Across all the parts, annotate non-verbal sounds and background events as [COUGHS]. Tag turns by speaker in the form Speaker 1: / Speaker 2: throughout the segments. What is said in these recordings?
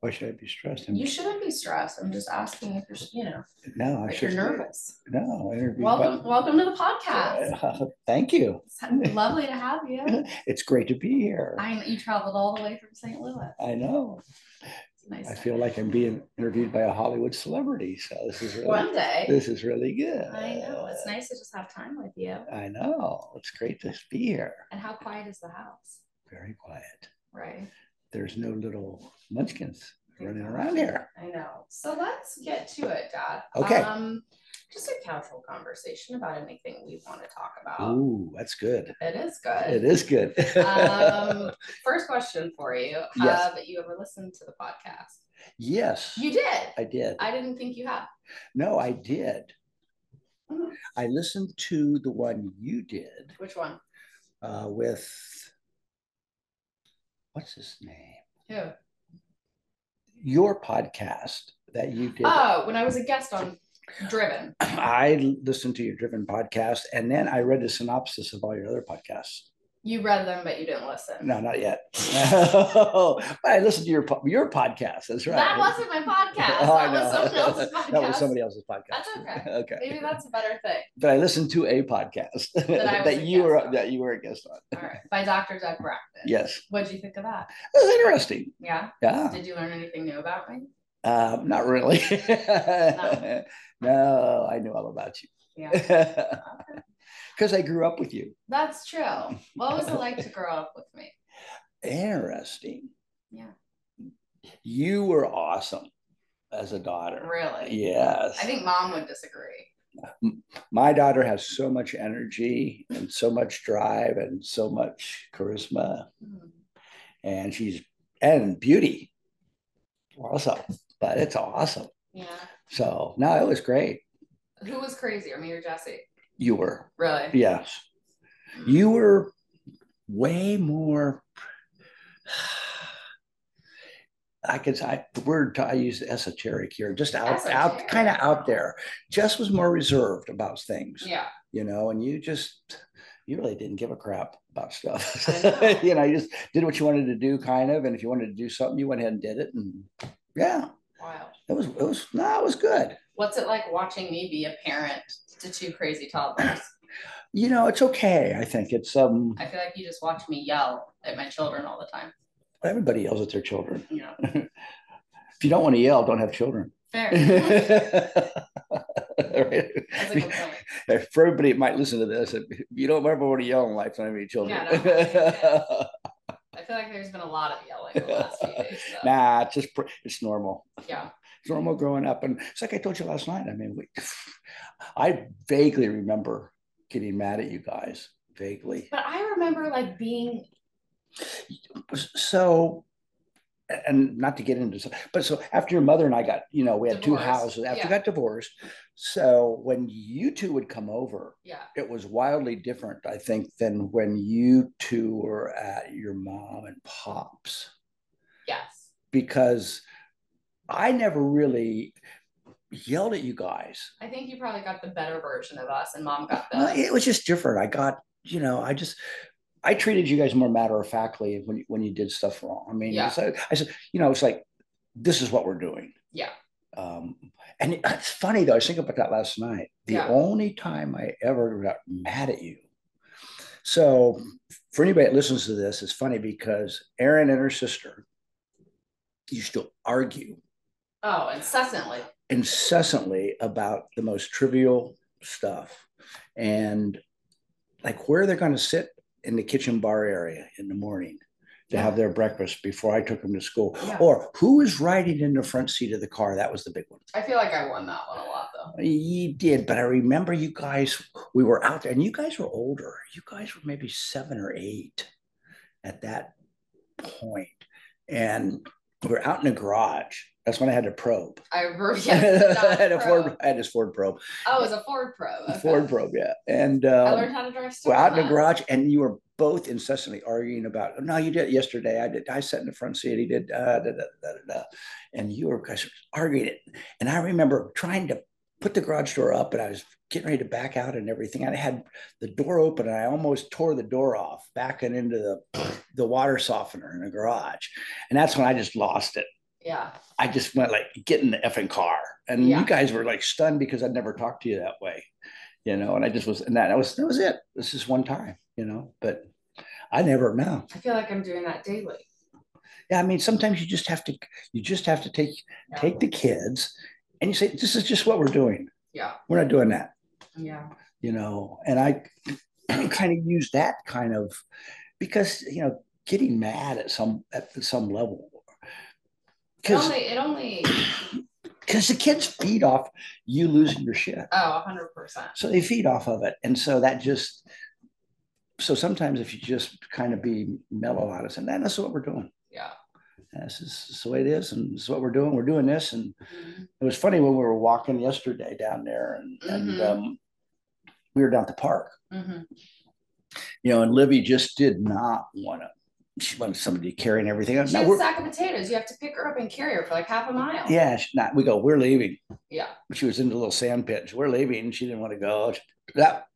Speaker 1: Why should I be stressed? And
Speaker 2: You shouldn't be stressed. I'm just asking if you're, you know,
Speaker 1: no, I
Speaker 2: if you're
Speaker 1: should.
Speaker 2: nervous.
Speaker 1: No, I interviewed.
Speaker 2: Welcome, welcome to the podcast.
Speaker 1: Uh, [LAUGHS] Thank you. [LAUGHS]
Speaker 2: It's lovely to have you.
Speaker 1: It's great to be here.
Speaker 2: I you traveled all the way from St. Louis.
Speaker 1: I know.
Speaker 2: It's nice.
Speaker 1: I feel like I'm being interviewed by a Hollywood celebrity. So this is really,
Speaker 2: one day.
Speaker 1: this is really good.
Speaker 2: I know. It's nice to just have time with you.
Speaker 1: I know. It's great to be here.
Speaker 2: And how quiet is the house?
Speaker 1: Very quiet.
Speaker 2: Right.
Speaker 1: There's no little munchkins running around here.
Speaker 2: I know. So let's get to it, Dad.
Speaker 1: Okay.
Speaker 2: Um, just a casual conversation about anything we want to talk about.
Speaker 1: Ooh, that's good.
Speaker 2: It is good.
Speaker 1: It is good. [LAUGHS]
Speaker 2: um, first question for you:
Speaker 1: Yes.
Speaker 2: Have you ever listened to the podcast?
Speaker 1: yes,
Speaker 2: You did.
Speaker 1: I did.
Speaker 2: I didn't think you had.
Speaker 1: No, I did.
Speaker 2: Mm.
Speaker 1: I listened to the one you did
Speaker 2: Which one?
Speaker 1: uh, with what's his name?
Speaker 2: Who?
Speaker 1: Your podcast that you did.
Speaker 2: Oh, when I was a guest on Driven.
Speaker 1: [CLEARS THROAT] I listened to your Driven podcast, and then I read the synopsis of all your other podcasts.
Speaker 2: You read them, but you didn't listen.
Speaker 1: No, not yet. [LAUGHS] but I listened to your po- your podcast. That's right.
Speaker 2: That wasn't my
Speaker 1: [LAUGHS]
Speaker 2: podcast.
Speaker 1: Oh, I
Speaker 2: that was
Speaker 1: know.
Speaker 2: someone else's podcast.
Speaker 1: [LAUGHS] That was somebody else's podcast.
Speaker 2: That's okay.
Speaker 1: [LAUGHS] okay.
Speaker 2: Maybe that's a better thing.
Speaker 1: but I listened to a podcast that, [LAUGHS]
Speaker 2: I was a
Speaker 1: you were
Speaker 2: guest on.
Speaker 1: that you were a guest on.
Speaker 2: All right. By Dr. Doug Brackman.
Speaker 1: Yes,
Speaker 2: What'd you think of that?
Speaker 1: it was interesting.
Speaker 2: Yeah.
Speaker 1: Yeah,
Speaker 2: Did you learn anything new about me?
Speaker 1: um, not really.
Speaker 2: [LAUGHS]
Speaker 1: [LAUGHS] no, I knew all about you [LAUGHS]
Speaker 2: Yeah.
Speaker 1: because I grew up with you.
Speaker 2: That's true. What was it like to grow up with me?
Speaker 1: Interesting.
Speaker 2: Yeah.
Speaker 1: you were awesome as a daughter.
Speaker 2: Really?
Speaker 1: Yes,
Speaker 2: I think mom would disagree.
Speaker 1: my daughter has so much energy and so much drive and so much charisma,
Speaker 2: Hmm.
Speaker 1: and she's and beauty. Awesome, but it's awesome.
Speaker 2: Yeah.
Speaker 1: So no, it was great.
Speaker 2: Who was crazier, me or Jesse?
Speaker 1: You were,
Speaker 2: Really?
Speaker 1: yes, you were way more. I could I the word I use esoteric here, just out out
Speaker 2: Esoteric.
Speaker 1: kind of out there. Jess was more reserved about things,
Speaker 2: Yeah.
Speaker 1: you know, and you just you really didn't give a crap about stuff.
Speaker 2: I know.
Speaker 1: [LAUGHS] you know, you just did what you wanted to do, kind of, and if you wanted to do something, you went ahead and did it, and yeah,
Speaker 2: Wow.
Speaker 1: it was it was no, it was good.
Speaker 2: What's it like watching me be a parent to two crazy toddlers?
Speaker 1: You know, it's okay. I think it's um
Speaker 2: I feel like you just watch me yell at my children all the time.
Speaker 1: everybody yells at their children.
Speaker 2: You know,
Speaker 1: If you don't want to yell, don't have children. [LAUGHS]
Speaker 2: fair.
Speaker 1: Right?
Speaker 2: That's a good point.
Speaker 1: If everybody might listen to this, if you don't ever want to yell in life, don't have any children.
Speaker 2: Yeah, don't have I feel like there's been a lot of yelling the last few days. So.
Speaker 1: [LAUGHS] nah, it's just pr- it's normal.
Speaker 2: Yeah.
Speaker 1: It's normal growing up, and it's like I told you last night. I mean, we, [SIGHS] I vaguely remember getting mad at you guys, vaguely.
Speaker 2: But I remember like being
Speaker 1: So, and not to get into, so- but so after your mother and I got, you know, we had two
Speaker 2: Divorced,
Speaker 1: houses. After
Speaker 2: yeah.
Speaker 1: we got divorced, so when you two would come over,
Speaker 2: yeah.
Speaker 1: it was wildly different, I think, than when you two were at your mom and pops,
Speaker 2: Yes.
Speaker 1: because I never really yelled at you guys.
Speaker 2: I think you probably got the better version of us, and mom got
Speaker 1: Well,
Speaker 2: the
Speaker 1: it was just different. I got, you know, I just, I treated you guys more matter of factly when you, when you did stuff wrong. I mean,
Speaker 2: Yeah.
Speaker 1: it's like- I said, you know, it's like, this is what we're doing.
Speaker 2: Yeah.
Speaker 1: Um, and it's funny though. I was thinking about that last night. The
Speaker 2: Yeah. Mm.
Speaker 1: only time I ever got mad at you. So, for anybody that listens to this, it's funny because Erin and her sister used to argue
Speaker 2: oh incessantly.
Speaker 1: incessantly about the most trivial stuff and like where they're going to sit in the kitchen bar area in the morning to have their breakfast before I took them to school
Speaker 2: Yeah.
Speaker 1: or who is riding in the front seat of the car that was the big one
Speaker 2: I feel like I won that one a lot though.
Speaker 1: you did but I remember you guys we were out there and you guys were older you guys were maybe 7 or 8 at that point and we we're out in the garage that's when I had to probe [LAUGHS]
Speaker 2: I remember.
Speaker 1: I
Speaker 2: Yes, Dodge
Speaker 1: had a
Speaker 2: Pro.
Speaker 1: Ford. I had his Ford Probe.
Speaker 2: Oh, it was a Ford Pro. Okay.
Speaker 1: Ford Probe, yeah. And
Speaker 2: I
Speaker 1: uh,
Speaker 2: learned how to drive.
Speaker 1: we're out in the
Speaker 2: Suburban.
Speaker 1: garage, and you were both incessantly arguing about. No, you did it yesterday. I did. I sat in the front seat. He did. Uh, da, da, da, da, da." And you were guys were arguing it. And I remember trying to put the garage door up, and I was getting ready to back out and everything. And I had the door open, and I almost tore the door off, backing into the the water softener in the garage. And that's when I just lost it.
Speaker 2: Yeah.
Speaker 1: I just went like, get in the effing car. And
Speaker 2: Yeah.
Speaker 1: you guys were like stunned because I'd never talked to you that way, you know. And I just was, and that, that was that was it. This is one time, you know. But I never know.
Speaker 2: I feel like I'm doing that daily.
Speaker 1: Yeah, I mean, sometimes you just have to, you just have to take
Speaker 2: Yeah.
Speaker 1: take the kids, and you say, this is just what we're doing.
Speaker 2: Yeah.
Speaker 1: We're not doing that,
Speaker 2: Yeah.
Speaker 1: you know. And I [CLEARS THROAT] kind of use that kind of because you know getting mad at some at some level
Speaker 2: It
Speaker 1: because
Speaker 2: only, it only,
Speaker 1: because the kids feed off you losing your shit.
Speaker 2: oh, 100%.
Speaker 1: So they feed off of it. And so that just, so sometimes if you just kind of be mellow out of it, that's what we're doing.
Speaker 2: Yeah.
Speaker 1: That's just that's the way it is. And it's what we're doing. We're doing this. And
Speaker 2: Mhm.
Speaker 1: it was funny when we were walking yesterday down there and, and
Speaker 2: Mhm.
Speaker 1: um, we were down at the park,
Speaker 2: Mhm.
Speaker 1: you know, and Livy just did not want to, she wanted somebody carrying everything.
Speaker 2: She
Speaker 1: Now
Speaker 2: had a
Speaker 1: we're-
Speaker 2: sack of potatoes. You have to pick her up and carry her for like half a mile.
Speaker 1: yeah, she- not, we go, we're leaving.
Speaker 2: Yeah.
Speaker 1: She was in the little sand pit. We're leaving. She didn't want to go. That,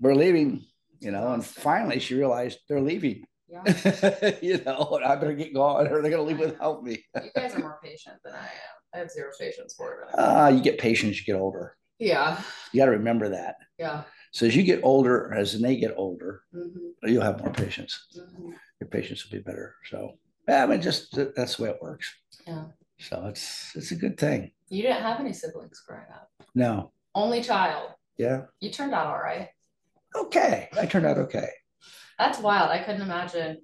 Speaker 1: we're leaving, you know, and finally she realized they're leaving. [LAUGHS]
Speaker 2: Yeah.
Speaker 1: you know, and I better get going or they're going to leave without me.
Speaker 2: You guys are more patient than I am. I have zero patience for it.
Speaker 1: Uh, you get patient as you get older.
Speaker 2: Yeah.
Speaker 1: You got to remember that.
Speaker 2: Yeah.
Speaker 1: So as you get older, as they get older,
Speaker 2: Mhm.
Speaker 1: you'll have more patience.
Speaker 2: Mhm.
Speaker 1: Your patience will be better. So, yeah, I mean, just th- that's the way it works.
Speaker 2: Yeah.
Speaker 1: So it's it's a good thing.
Speaker 2: You didn't have any siblings growing up.
Speaker 1: No.
Speaker 2: Only child.
Speaker 1: Yeah.
Speaker 2: You turned out all right.
Speaker 1: Okay. I turned out okay.
Speaker 2: That's wild. I couldn't imagine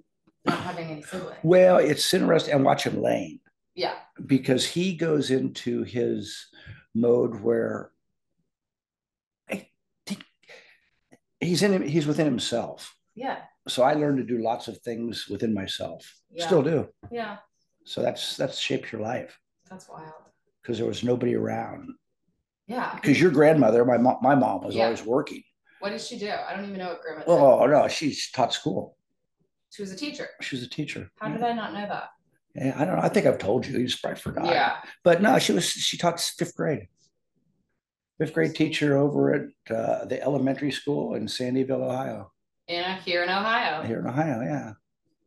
Speaker 2: not having any siblings.
Speaker 1: Well, it's interesting. And watch him Lane
Speaker 2: Yeah.
Speaker 1: because he goes into his mode where I think he's in him, he's within himself.
Speaker 2: Yeah.
Speaker 1: So I learned to do lots of things within myself.
Speaker 2: Yeah.
Speaker 1: Still do.
Speaker 2: Yeah.
Speaker 1: So that's that's shaped your life
Speaker 2: That's wild.
Speaker 1: because there was nobody around.
Speaker 2: Yeah.
Speaker 1: Because your grandmother, my mom, my mom was
Speaker 2: Yeah.
Speaker 1: always working.
Speaker 2: What did she do? I don't even know what grandma did.
Speaker 1: Oh no, she taught school.
Speaker 2: She was a teacher.
Speaker 1: She was a teacher.
Speaker 2: How did I not know that?
Speaker 1: Yeah, I don't know. I think I've told you. You just probably forgot.
Speaker 2: Yeah.
Speaker 1: but no, she was she taught fifth grade. Fifth grade teacher over at uh, the elementary school in Sandyville, Ohio,
Speaker 2: Yeah. Here in Ohio.
Speaker 1: here in Ohio. Yeah.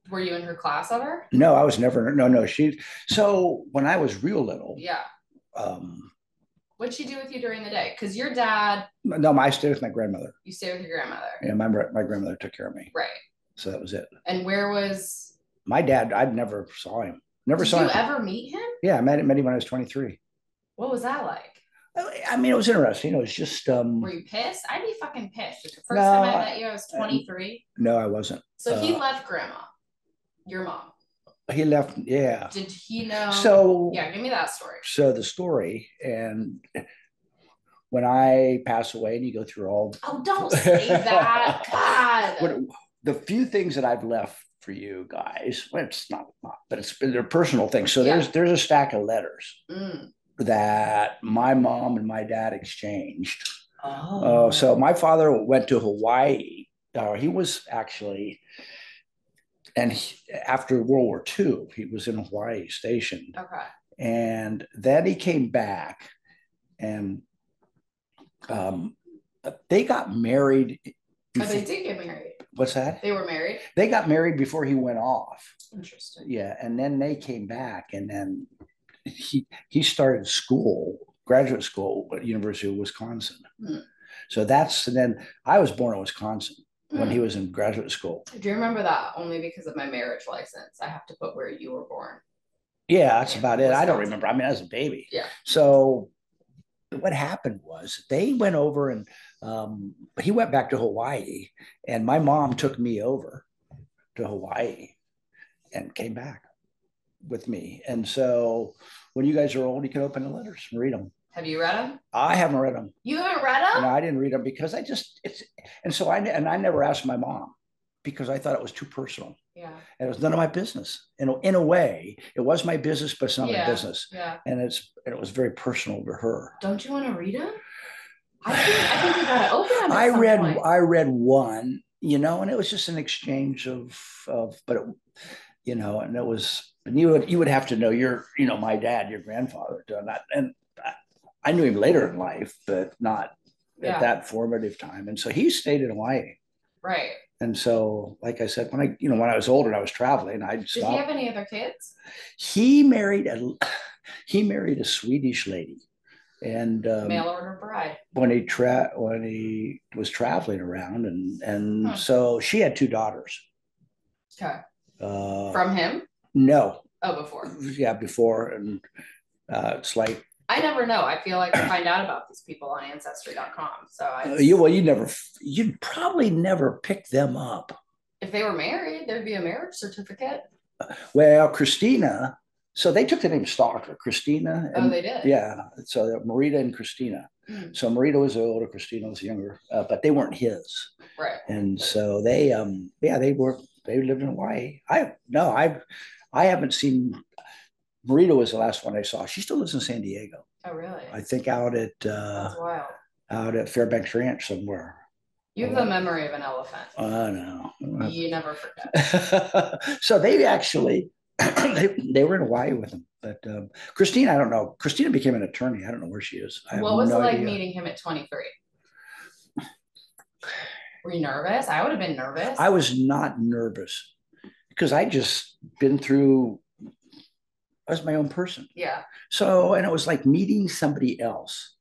Speaker 2: Were you in her class ever?
Speaker 1: No, I was never. No, no. She. So when I was real little,
Speaker 2: Yeah.
Speaker 1: um,
Speaker 2: What'd she do with you during the day? Because your dad,
Speaker 1: no, I stayed with my grandmother,
Speaker 2: you stay with your grandmother.
Speaker 1: and my my grandmother took care of me.
Speaker 2: Right.
Speaker 1: So that was it.
Speaker 2: And where was
Speaker 1: My dad, I never saw him. Never
Speaker 2: did
Speaker 1: saw
Speaker 2: you
Speaker 1: him.
Speaker 2: ever meet him?
Speaker 1: yeah, I met him, met him when I was twenty three.
Speaker 2: What was that like?
Speaker 1: I, I mean, it was interesting. It was just um,
Speaker 2: Were you pissed? I'd be fucking pissed. If the first
Speaker 1: No,
Speaker 2: time I
Speaker 1: I-
Speaker 2: met you, I was 23.
Speaker 1: no, I wasn't.
Speaker 2: So he
Speaker 1: uh,
Speaker 2: left grandma, your mom.
Speaker 1: He left. Yeah.
Speaker 2: Did he know?
Speaker 1: so
Speaker 2: Oh, yeah, give me that story.
Speaker 1: so the story and when i pass away and you go through all
Speaker 2: Oh,
Speaker 1: [LAUGHS]
Speaker 2: don't say that. God.
Speaker 1: what, the few things that i've left for you guys well, it's not a lot but it's they're personal things so
Speaker 2: Yeah.
Speaker 1: there's there's a stack of letters
Speaker 2: Mm.
Speaker 1: that my mom and my dad exchanged
Speaker 2: Oh.
Speaker 1: oh so my father went to hawaii uh, he was actually and he, after world war ii he was in hawaii stationed
Speaker 2: Okay.
Speaker 1: and then he came back and um, they got married
Speaker 2: Oh, they
Speaker 1: before,
Speaker 2: did get married.
Speaker 1: what's that
Speaker 2: They were married.
Speaker 1: they got married before he went off
Speaker 2: Interesting.
Speaker 1: yeah and then they came back and then he he started school graduate school at university of wisconsin
Speaker 2: Hmm.
Speaker 1: so that's and then i was born in wisconsin when
Speaker 2: Mm.
Speaker 1: he was in graduate school
Speaker 2: I do you remember that only because of my marriage license? I have to put where you were born.
Speaker 1: Yeah, that's
Speaker 2: Yeah,
Speaker 1: about it. I don't
Speaker 2: Wisconsin.
Speaker 1: remember. I mean, I was a baby.
Speaker 2: Yeah.
Speaker 1: So what happened was they went over and um, he went back to Hawaii, and my mom took me over to Hawaii and came back with me. And so when you guys are old, you can open the letters and read them.
Speaker 2: Have you read them?
Speaker 1: I haven't read them.
Speaker 2: You haven't read them?
Speaker 1: No, I didn't read them because I just it's and so I and I never asked my mom because I thought it was too personal
Speaker 2: Yeah.
Speaker 1: and it was none of my business. In a, in a way, it was my business, but it's not
Speaker 2: Yeah.
Speaker 1: my business
Speaker 2: Yeah.
Speaker 1: and it's and it was very personal to her.
Speaker 2: Don't you want to read them? I think, I think you got to open them. at
Speaker 1: I
Speaker 2: some
Speaker 1: read
Speaker 2: point.
Speaker 1: I read one, you know, and it was just an exchange of of but it, you know, and it was and you would you would have to know your you know my dad, your grandfather, to not and I, I knew him later in life, but not
Speaker 2: yeah.
Speaker 1: at that formative time, and so he stayed in Hawaii.
Speaker 2: Right.
Speaker 1: And so, like I said, when I, you know, when I was older and I was traveling, I'd
Speaker 2: Did he
Speaker 1: stop.
Speaker 2: have any other kids?
Speaker 1: He married a, [SIGHS] he married a Swedish lady, and um,
Speaker 2: Mail order bride.
Speaker 1: when he tra- when he was traveling around, and and
Speaker 2: Huh.
Speaker 1: so she had two daughters.
Speaker 2: Okay.
Speaker 1: Uh,
Speaker 2: From him?
Speaker 1: no,
Speaker 2: Oh, before.
Speaker 1: yeah, before, and uh, it's like
Speaker 2: I never know. I feel like I find out about these people on ancestry.com. So I,
Speaker 1: uh, you well, you never, you'd probably never pick them up.
Speaker 2: if they were married, there'd be a marriage certificate.
Speaker 1: Well, Christina, so they took the name Stalker, Christina,
Speaker 2: oh,
Speaker 1: and
Speaker 2: they did.
Speaker 1: yeah, so they're Marita and Christina.
Speaker 2: Mhm.
Speaker 1: So Marita was the older, Christina was younger, uh, but they weren't his.
Speaker 2: Right.
Speaker 1: and so they um yeah they were they lived in hawaii i no i i haven't seen marita was the last one i saw she still lives in san diego
Speaker 2: Oh, really?
Speaker 1: i think out at uh
Speaker 2: That's wild.
Speaker 1: out at fairbanks ranch somewhere
Speaker 2: You have the memory of an elephant.
Speaker 1: i don't know [LAUGHS]
Speaker 2: You never forget.
Speaker 1: so they actually [CLEARS THROAT] they, they were in hawaii with him but um, christina i don't know christina became an attorney i don't know where she is I have
Speaker 2: What was
Speaker 1: no
Speaker 2: it like
Speaker 1: idea.
Speaker 2: meeting him at 23? Were you nervous? I would have been nervous.
Speaker 1: I was not nervous because I just been through. I was my own person,
Speaker 2: yeah.
Speaker 1: so and it was like meeting somebody else,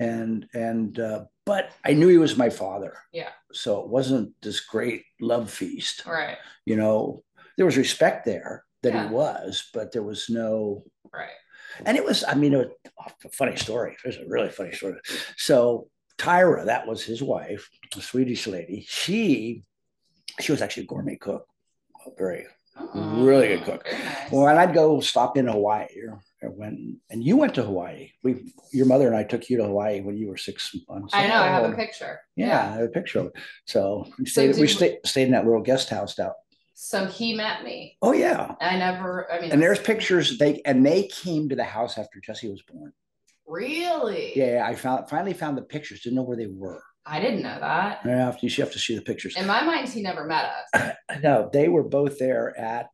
Speaker 1: and and uh, but I knew he was my father.
Speaker 2: Yeah.
Speaker 1: So it wasn't this great love feast,
Speaker 2: Right.
Speaker 1: you know. There was respect there that
Speaker 2: Yeah.
Speaker 1: he was, but there was no
Speaker 2: Right.
Speaker 1: and it was, I mean, it was a funny story. It was a really funny story. So Tyra, that was his wife, a Swedish lady. She, she was actually a gourmet cook, a very.
Speaker 2: Oh,
Speaker 1: Really good cook.
Speaker 2: very nice.
Speaker 1: Well, and I'd go stop in Hawaii. Or or when and you went to Hawaii. We, your mother and I took you to Hawaii when you were six months.
Speaker 2: I know. I have
Speaker 1: old.
Speaker 2: a picture.
Speaker 1: Yeah, I have a picture of it. So we stayed. we
Speaker 2: did-
Speaker 1: stayed, stayed in that little guest house out.
Speaker 2: So he met me.
Speaker 1: Oh yeah.
Speaker 2: I never. I mean,
Speaker 1: And there's
Speaker 2: it's-
Speaker 1: pictures. They and they came to the house after Jesse was born.
Speaker 2: Really?
Speaker 1: Yeah, I found finally found the pictures. Didn't know where they were.
Speaker 2: I didn't know that.
Speaker 1: You have to, you have to see the pictures.
Speaker 2: In my mind, he never met us.
Speaker 1: No, they were both there at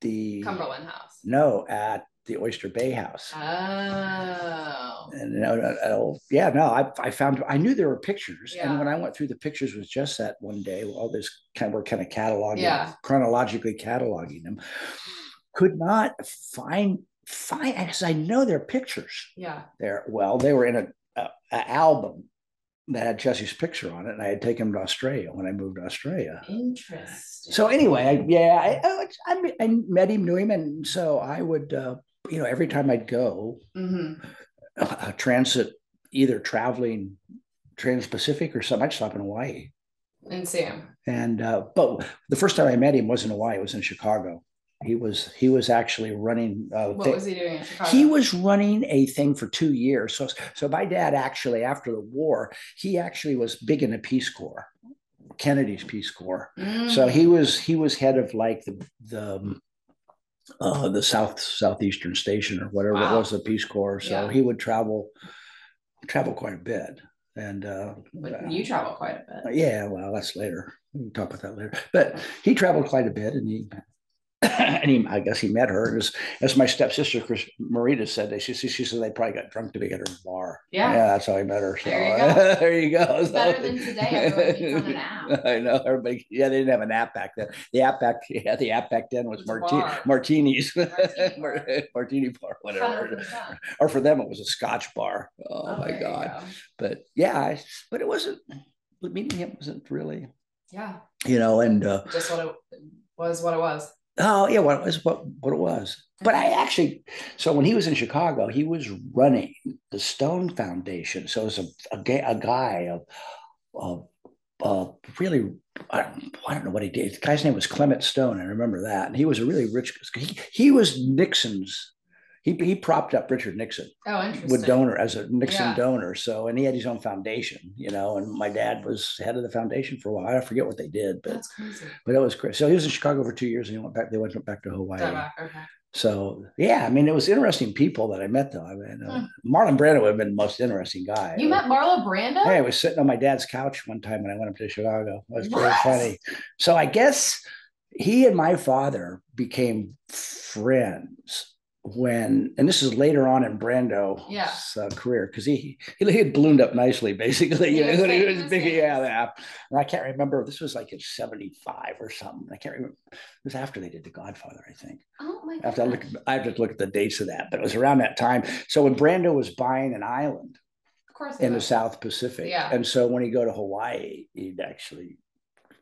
Speaker 1: the
Speaker 2: Cumberland House.
Speaker 1: no at the Oyster Bay House.
Speaker 2: Oh.
Speaker 1: And no, no, no, yeah, no, I, I found I knew there were pictures,
Speaker 2: Yeah.
Speaker 1: and when I went through the pictures with just that one day, all this kind of we're kind of cataloging,
Speaker 2: Yeah.
Speaker 1: chronologically cataloging them, could not find find because I know their pictures.
Speaker 2: Yeah.
Speaker 1: there. Well, they were in a, a, a album that had Jesse's picture on it, and I had taken him to Australia when I moved to Australia.
Speaker 2: Interesting.
Speaker 1: So anyway, I, yeah, I, I, I- I met him, knew him, and so I would, uh, you know, every time I'd go
Speaker 2: hmm
Speaker 1: uh, transit, either traveling Trans-Pacific or something, I'd stop in Hawaii.
Speaker 2: And see him.
Speaker 1: And uh, but the first time I met him was in Hawaii. It was in Chicago. He was he was actually running. Uh,
Speaker 2: What
Speaker 1: thi-
Speaker 2: was he doing in Chicago?
Speaker 1: he was running a thing for two years. So, so my dad actually, after the war, he actually was big in the Peace Corps, Kennedy's Peace Corps.
Speaker 2: Mm.
Speaker 1: So he was he was head of like the the um, uh, the south southeastern station or whatever it
Speaker 2: Wow.
Speaker 1: was the Peace Corps. So
Speaker 2: Yeah.
Speaker 1: he would travel travel quite a bit, and uh,
Speaker 2: But you travel quite a bit.
Speaker 1: yeah, well, that's later. We can talk about that later. But he traveled quite a bit, and he, [COUGHS] and he, I guess he met her as as my stepsister, Chris Marita said. They she, she she said they probably got drunk together at a bar.
Speaker 2: Yeah.
Speaker 1: that's how I met her. So
Speaker 2: There you go.
Speaker 1: [LAUGHS] there you go. So-
Speaker 2: Better than today. Everyone keeps
Speaker 1: [LAUGHS]
Speaker 2: on an app.
Speaker 1: I know everybody. Yeah, they didn't have an app back then. The app back, yeah, the app back then was
Speaker 2: It was a
Speaker 1: marti-
Speaker 2: bar.
Speaker 1: martinis, [LAUGHS]
Speaker 2: Martini
Speaker 1: Mar-
Speaker 2: bar.
Speaker 1: martini bar, whatever.
Speaker 2: 100%.
Speaker 1: Or for them, it was a Scotch bar. Oh,
Speaker 2: Oh,
Speaker 1: my
Speaker 2: there you
Speaker 1: God
Speaker 2: go.
Speaker 1: but yeah, I, but it wasn't but meeting him wasn't really,
Speaker 2: Yeah.
Speaker 1: you know, and uh,
Speaker 2: Just what it was, what it was.
Speaker 1: oh yeah, what it was what what it was. But I actually, so when he was in Chicago, he was running the Stone Foundation. So it was a a, ga- a guy of of of really. I don't, I don't know what he did. The guy's name was Clement Stone. I remember that, and he was a really rich. He, he was Nixon's. He, he propped up Richard Nixon.
Speaker 2: Oh, interesting.
Speaker 1: with donor as a Nixon
Speaker 2: Yeah.
Speaker 1: donor. So, and he had his own foundation, you know, and my dad was head of the foundation for a while. I forget what they did, but,
Speaker 2: That's crazy.
Speaker 1: but it was great. So he was in Chicago for two years and he went back, they went back to Hawaii.
Speaker 2: Go back, Okay.
Speaker 1: So yeah, I mean, it was interesting people that I met though. I mean, uh,
Speaker 2: Hmm.
Speaker 1: Marlon Brando would have been the most interesting guy.
Speaker 2: You met Marlo Brando?
Speaker 1: Hey, I was sitting on my dad's couch one time when I went up to Chicago. It was pretty
Speaker 2: What?
Speaker 1: funny. So I guess he and my father became friends when, and this is later on in Brando's
Speaker 2: Yeah.
Speaker 1: uh, career, because he, he he had ballooned up nicely, basically. You
Speaker 2: He was
Speaker 1: know, he
Speaker 2: big,
Speaker 1: was
Speaker 2: he was
Speaker 1: big,
Speaker 2: big.
Speaker 1: yeah, yeah. And I can't remember. This was like in '75 or something. I can't remember. It was after they did The Godfather, I think.
Speaker 2: Oh my
Speaker 1: I have to look.
Speaker 2: gosh.
Speaker 1: I have to look at the dates of that, but it was around that time. So when Brando was buying an island
Speaker 2: Of course. it
Speaker 1: in the
Speaker 2: was.
Speaker 1: South Pacific,
Speaker 2: Yeah.
Speaker 1: and so when he go to Hawaii, he'd actually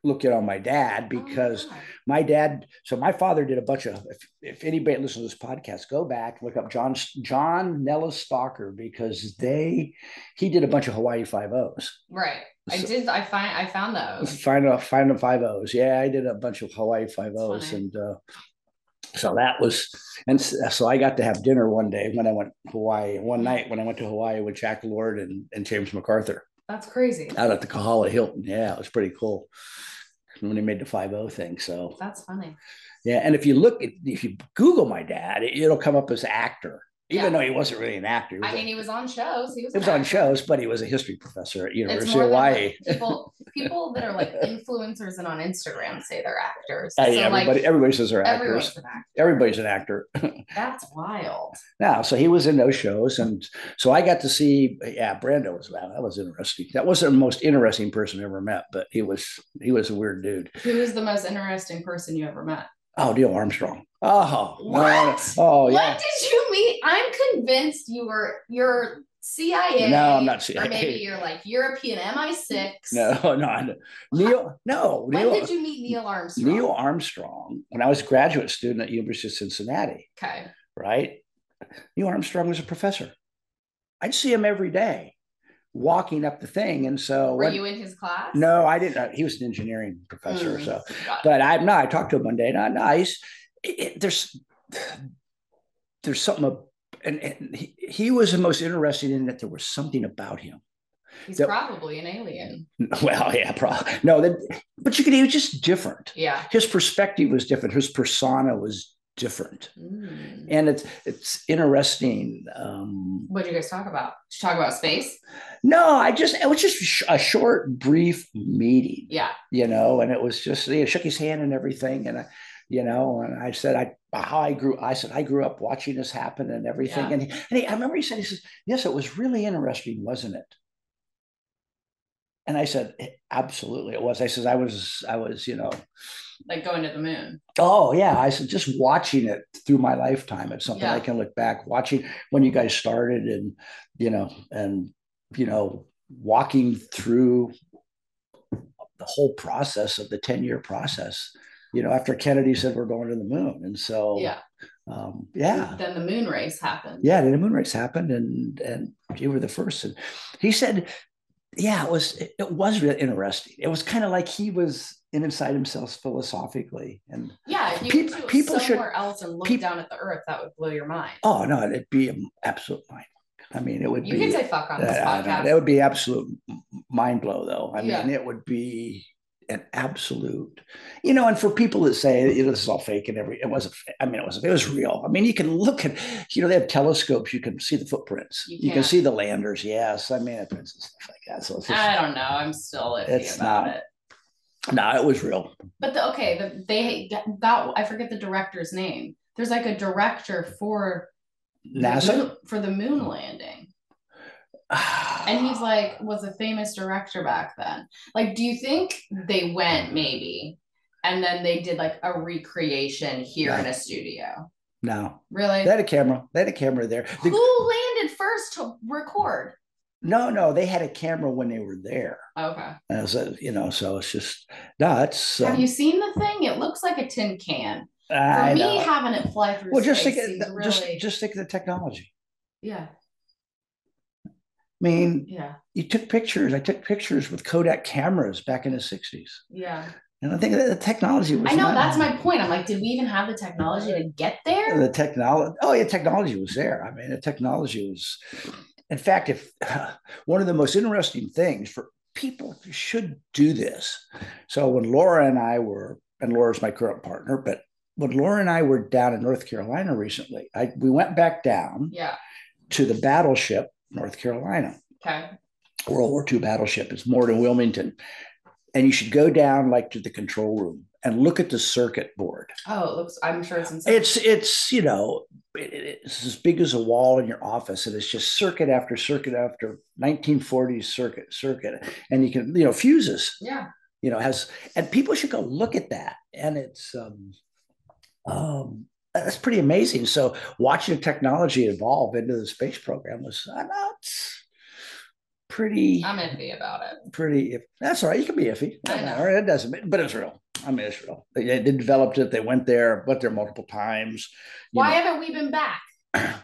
Speaker 1: look in on my dad
Speaker 2: Oh my
Speaker 1: because
Speaker 2: God.
Speaker 1: my dad so my father did a bunch of if, if anybody listens to this podcast go back look up john john nellis stalker because they he did a bunch of hawaii five o's
Speaker 2: Right. I
Speaker 1: So-
Speaker 2: did. I find. I found
Speaker 1: [LAUGHS]
Speaker 2: those.
Speaker 1: find a find a five o's yeah i did a bunch of hawaii five
Speaker 2: That's
Speaker 1: o's
Speaker 2: funny.
Speaker 1: and uh so that was and s- so i got to have dinner one day when i went to hawaii
Speaker 2: Mm.
Speaker 1: one night when i went to hawaii with jack lord and, and james macarthur
Speaker 2: That's crazy.
Speaker 1: out at the kahala hilton yeah it was pretty cool when they made the five o thing so
Speaker 2: That's funny.
Speaker 1: Yeah, and if you look at if you Google my dad, it, will come up as actor, even
Speaker 2: Yeah.
Speaker 1: though he wasn't really an actor. He was
Speaker 2: I
Speaker 1: a-
Speaker 2: mean, he was on shows. He was.
Speaker 1: it was
Speaker 2: an
Speaker 1: on
Speaker 2: actor.
Speaker 1: shows, but he was a history professor at
Speaker 2: It's
Speaker 1: University
Speaker 2: more
Speaker 1: of
Speaker 2: than
Speaker 1: Hawaii.
Speaker 2: like people. People that are
Speaker 1: [LAUGHS]
Speaker 2: like influencers and on Instagram say they're actors.
Speaker 1: Uh,
Speaker 2: so
Speaker 1: yeah, everybody,
Speaker 2: like,
Speaker 1: everybody says they're
Speaker 2: everyone's
Speaker 1: actors.
Speaker 2: an actor.
Speaker 1: Everybody's an actor
Speaker 2: That's wild.
Speaker 1: now. So he was in those shows, and so I got to see. Yeah, Brando was wow, that was interesting. That wasn't the most interesting person I ever met, but he was he was a weird dude.
Speaker 2: Who is the most interesting person you ever met?
Speaker 1: Oh, Neil Armstrong. Oh, no, no,
Speaker 2: What?
Speaker 1: oh yeah.
Speaker 2: What did you meet? I'm convinced you were you're CIA.
Speaker 1: No, I'm not
Speaker 2: Or maybe
Speaker 1: CIA.
Speaker 2: you're like European MI6.
Speaker 1: No, [LAUGHS] no, I don't- Neil. No,
Speaker 2: When
Speaker 1: Neil.
Speaker 2: did you meet Neil Armstrong?
Speaker 1: Neil Armstrong, when I was a graduate student at University of Cincinnati,
Speaker 2: Okay.
Speaker 1: right? Neil Armstrong was a professor. I'd see him every day walking up the thing. And so,
Speaker 2: Were
Speaker 1: Uh, when-
Speaker 2: you in his class?
Speaker 1: no, I didn't. uh, He was an engineering professor.
Speaker 2: Mm.
Speaker 1: So,
Speaker 2: Got it.
Speaker 1: but I, no, I talked to him one day. Not nice. It, it- there's, there's something, ab- and, and he, he was the most interesting in that there was something about him. [LAUGHS]
Speaker 2: He's
Speaker 1: that-
Speaker 2: probably an alien.
Speaker 1: Well, yeah, probably. No, that, but you could, he was just different.
Speaker 2: Yeah.
Speaker 1: His perspective was different. His persona was different.
Speaker 2: Mm.
Speaker 1: and it's it's interesting. Um,
Speaker 2: What did you guys talk about? Did you talk about space?
Speaker 1: no, I just it was just sh- a short, brief meeting,
Speaker 2: Yeah.
Speaker 1: you know, and it was just you know, shook his hand and everything, and I, you know, and I said I how I grew. I said I grew up watching this happen and everything,
Speaker 2: Yeah.
Speaker 1: and he, and he, I remember he said he says yes, it was really interesting, wasn't it? And I said, absolutely, it was. I says I was, I was, you know,
Speaker 2: Like going to the moon.
Speaker 1: Oh yeah, I said just watching it through my lifetime. It's something
Speaker 2: Yeah.
Speaker 1: I can look back watching when you guys started, and you know, and you know, walking through the whole process of the ten-year process. You know, after Kennedy said we're going to the moon, and so
Speaker 2: Yeah.
Speaker 1: um, Oh, yeah,
Speaker 2: Then the moon race happened.
Speaker 1: yeah, the moon race happened, and and you were the first. And he said, yeah, it was it, it was really interesting. It was kind of like he was in inside himself philosophically, and
Speaker 2: Yeah. If you
Speaker 1: Peop-
Speaker 2: went to
Speaker 1: people should-
Speaker 2: somewhere else and looked
Speaker 1: peop-
Speaker 2: down at the earth, that would blow your mind.
Speaker 1: Oh no, it'd be an absolute mind. I mean, it would
Speaker 2: You
Speaker 1: be.
Speaker 2: can say fuck on this
Speaker 1: uh, no,
Speaker 2: podcast.
Speaker 1: that would be absolute mind blow, though. I
Speaker 2: Yeah.
Speaker 1: mean, it would be an absolute, you know. And for people that say you know, this is all fake and every, it wasn't. fa- I mean, it was. It was real. I mean, you can look at, you know, they have telescopes. You can see the footprints.
Speaker 2: You
Speaker 1: You, can
Speaker 2: can't.
Speaker 1: see the landers. Yes, I mean, it's it's stuff like that. So it's just,
Speaker 2: I don't know. I'm still iffy
Speaker 1: It's
Speaker 2: about
Speaker 1: not-
Speaker 2: it. Uh,
Speaker 1: no, it was real.
Speaker 2: But the okay, the, they got I forget the director's name. There's like a director for the
Speaker 1: NASA,
Speaker 2: moon- for the moon landing.
Speaker 1: [SIGHS]
Speaker 2: And he's like was a famous director back then. Like, do you think they went maybe? And then they did like a recreation here in a studio.
Speaker 1: no,
Speaker 2: Really?
Speaker 1: they had a camera. They had a camera there. The-
Speaker 2: Who landed first to record?
Speaker 1: no, no, they had a camera when they were there.
Speaker 2: Okay.
Speaker 1: And so, you know, so it's just nuts.
Speaker 2: Have you seen the thing? It looks like a tin can. For
Speaker 1: I
Speaker 2: me,
Speaker 1: know.
Speaker 2: having it fly through
Speaker 1: well, just
Speaker 2: space
Speaker 1: think, of
Speaker 2: seems
Speaker 1: the-
Speaker 2: really
Speaker 1: just just think of the technology.
Speaker 2: yeah,
Speaker 1: I mean,
Speaker 2: yeah,
Speaker 1: you took pictures. I took pictures with Kodak cameras back in the '60s,
Speaker 2: yeah.
Speaker 1: and I think that the technology was.
Speaker 2: I know
Speaker 1: not-
Speaker 2: that's my point. I'm like, did we even have the technology to get there?
Speaker 1: the technology. Oh yeah, technology was there. I mean, the technology was. In fact, if [SIGHS] one of the most interesting things for people should do this. So when Laura and I were, and Laura's my current partner, but when Laura and I were down in North Carolina recently, I, we went back down
Speaker 2: Yeah.
Speaker 1: to the battleship North Carolina.
Speaker 2: Okay.
Speaker 1: World War II battleship. It's moored in Wilmington. And you should go down like to the control room and look at the circuit board.
Speaker 2: Oh, it looks. I'm sure it's insane.
Speaker 1: It's it's you know it- it's as big as a wall in your office, and it's just circuit after circuit after 1940s circuit circuit, and you can you know fuses
Speaker 2: yeah.
Speaker 1: you know has and people should go look at that and it's um um that's pretty amazing so watching technology evolve into the space program was uh, that's pretty
Speaker 2: I'm iffy about it.
Speaker 1: pretty if that's all right you can be iffy
Speaker 2: Um, I
Speaker 1: Doesn't
Speaker 2: know.
Speaker 1: matter. it doesn't matter, but it's real i mean it's real they, they developed it they went there went there multiple times you
Speaker 2: Why haven't we been back?
Speaker 1: know.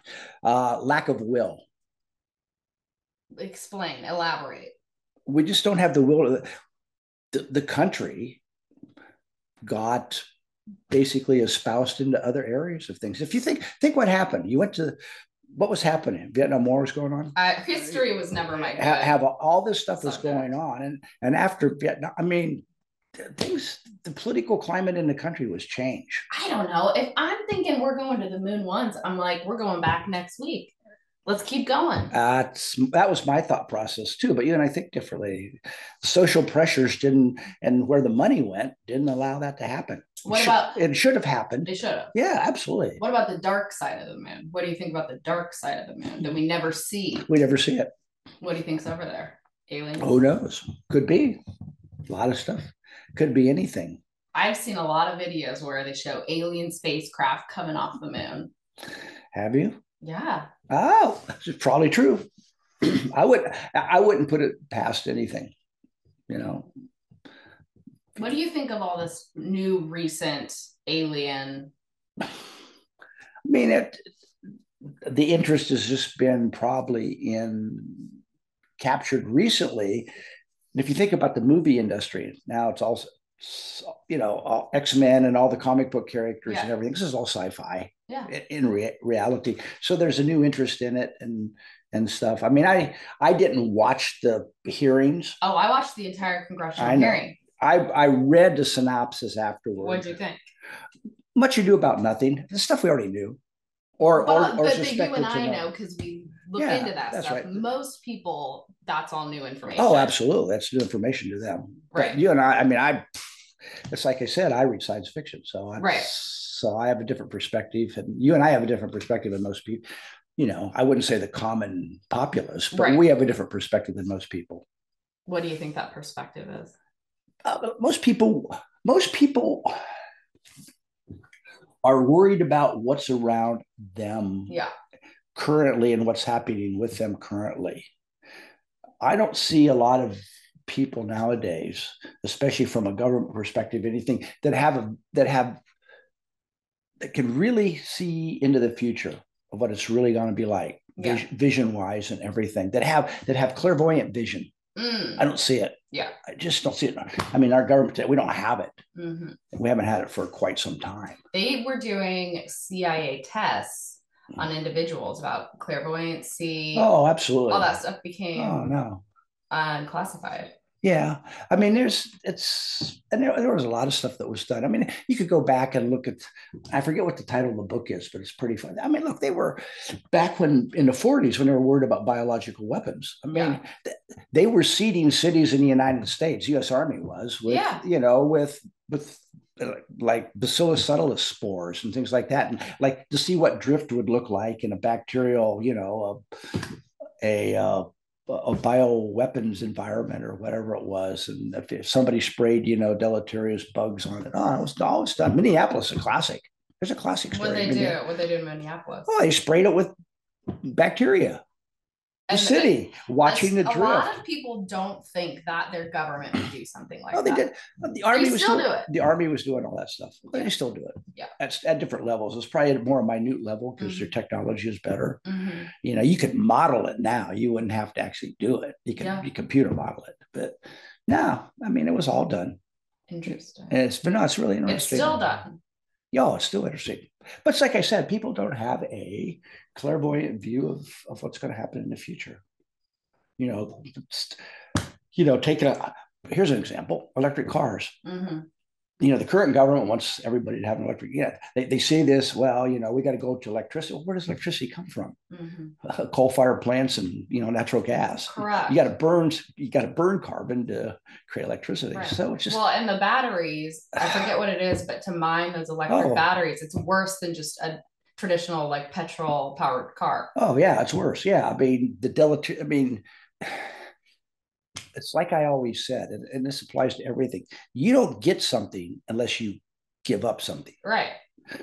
Speaker 1: uh lack of will
Speaker 2: Explain. Elaborate.
Speaker 1: we just don't have the will. The, the country got basically espoused into other areas of things. If you think think what happened, you went to what was happening. Vietnam War was going on.
Speaker 2: Uh, history was never my good.
Speaker 1: Ha- have all this stuff was
Speaker 2: Subject.
Speaker 1: going on, and and after Vietnam, I mean, th- things. The political climate in the country was changed.
Speaker 2: I don't know. If I'm thinking we're going to the moon once, I'm like, we're going back next week. Let's keep going.
Speaker 1: Uh, That's that was my thought process too. But you and I think differently. Social pressures didn't, and where the money went didn't allow that to happen.
Speaker 2: What
Speaker 1: It should-
Speaker 2: about-
Speaker 1: it? Should have happened.
Speaker 2: They should have.
Speaker 1: Yeah, absolutely.
Speaker 2: What about the dark side of the moon? What do you think about the dark side of the moon that we never see?
Speaker 1: We never see it.
Speaker 2: What do you think's over there? Aliens.
Speaker 1: Who knows? Could be a lot of stuff. Could be anything.
Speaker 2: I've seen a lot of videos where they show alien spacecraft coming off the moon.
Speaker 1: Have you?
Speaker 2: Yeah.
Speaker 1: Oh, it's probably true. [CLEARS THROAT] I would. I wouldn't put it past anything. You know,
Speaker 2: What do you think of all this new recent alien?
Speaker 1: I mean, it, the interest has just been probably in captured recently. And if you think about the movie industry, now it's all, you know, all X-Men and all the comic book characters and
Speaker 2: Yeah.
Speaker 1: everything. This is all sci-fi
Speaker 2: Yeah.
Speaker 1: i- in rea- reality. So there's a new interest in it and, and stuff. I mean, I, I didn't watch the hearings.
Speaker 2: Oh, I watched the entire congressional
Speaker 1: I know.
Speaker 2: hearing.
Speaker 1: I, I read the synopsis afterward.
Speaker 2: What'd you think?
Speaker 1: Much ado about nothing. The stuff we already knew. Or,
Speaker 2: Well,
Speaker 1: or, or
Speaker 2: but the you
Speaker 1: suspected
Speaker 2: and
Speaker 1: to
Speaker 2: I know because we look
Speaker 1: Yeah,
Speaker 2: into that
Speaker 1: that's
Speaker 2: stuff.
Speaker 1: right.
Speaker 2: Most people, that's all new information.
Speaker 1: Oh, absolutely. That's new information to them. But
Speaker 2: Right.
Speaker 1: you and I, I mean, I, it's like I said, I read science fiction. So I,
Speaker 2: Right.
Speaker 1: So I have a different perspective and you and I have a different perspective than most people, you know, I wouldn't say the common populace, but
Speaker 2: Right.
Speaker 1: we have a different perspective than most people.
Speaker 2: What do you think that perspective is?
Speaker 1: Uh, most people, most people are worried about what's around them
Speaker 2: Yeah.
Speaker 1: currently and what's happening with them currently. I don't see a lot of people nowadays, especially from a government perspective, anything that have a, that have that can really see into the future of what it's really going to be like,
Speaker 2: Yeah.
Speaker 1: vision wise and everything. That have that have clairvoyant vision.
Speaker 2: Mm,
Speaker 1: I don't see it.
Speaker 2: Yeah.
Speaker 1: I just don't see it. I mean, our government we don't have it.
Speaker 2: mhm.
Speaker 1: We haven't had it for quite some time.
Speaker 2: They were doing CIA tests on individuals about clairvoyancy.
Speaker 1: Oh, absolutely.
Speaker 2: all that stuff became
Speaker 1: oh no.
Speaker 2: uh, classified.
Speaker 1: Yeah, I mean, there's it's and there, there was a lot of stuff that was done. I mean, you could go back and look at I forget what the title of the book is, but it's pretty fun. I mean, look, they were back when in the 40s when they were worried about biological weapons. I mean,
Speaker 2: Yeah.
Speaker 1: th- they were seeding cities in the United States. U.S. Army was with
Speaker 2: Yeah.
Speaker 1: you know with with uh, like bacillus subtilis spores and things like that, and like to see what drift would look like in a bacterial, you know, a, a uh, a bioweapons environment or whatever it was. And if, if somebody sprayed, you know, deleterious bugs on it, oh, it was all it's done. Minneapolis, a classic. There's a classic story.
Speaker 2: What they
Speaker 1: in
Speaker 2: do?
Speaker 1: Minneapolis.
Speaker 2: What they do in Minneapolis?
Speaker 1: Oh, they sprayed it with bacteria. The
Speaker 2: And
Speaker 1: city watching the
Speaker 2: a
Speaker 1: drift.
Speaker 2: lot of people don't think that their government would do something like
Speaker 1: oh, they
Speaker 2: that.
Speaker 1: did. The army was
Speaker 2: still
Speaker 1: doing-
Speaker 2: do it.
Speaker 1: The army was doing all that stuff. They still do it.
Speaker 2: Yeah. Mm-hmm.
Speaker 1: At, at different levels. It's probably at a more minute level because their technology is better.
Speaker 2: Mhm.
Speaker 1: you know you could model it now you wouldn't have to actually do it you could
Speaker 2: Yeah.
Speaker 1: you computer model it but no i mean it was all done
Speaker 2: Interesting.
Speaker 1: and uh, it's but no it's really
Speaker 2: It's
Speaker 1: interesting
Speaker 2: still done.
Speaker 1: yeah it's still interesting but it's like i said people don't have a clairvoyant view of, of what's going to happen in the future you know it's- you know taking a here's an example electric cars
Speaker 2: hmm
Speaker 1: you know, the current government wants everybody to have an electric. Yeah, they, they see this. Well, you know, we got to go to electricity. Well, where does electricity come from? [LAUGHS]
Speaker 2: Mhm.
Speaker 1: Uh, coal fired plants and you know natural gas.
Speaker 2: Correct.
Speaker 1: You got to burn. You got to burn carbon to create electricity.
Speaker 2: Right.
Speaker 1: So it's just
Speaker 2: well, and the batteries,
Speaker 1: [SIGHS]
Speaker 2: I forget what it is, but to mine those electric
Speaker 1: Oh.
Speaker 2: batteries, it's worse than just a traditional like petrol powered car.
Speaker 1: Oh yeah, it's worse. Yeah, I mean the deleter. I mean, it's like I always said, and, and this applies to everything. You don't get something unless you give up something.
Speaker 2: Right.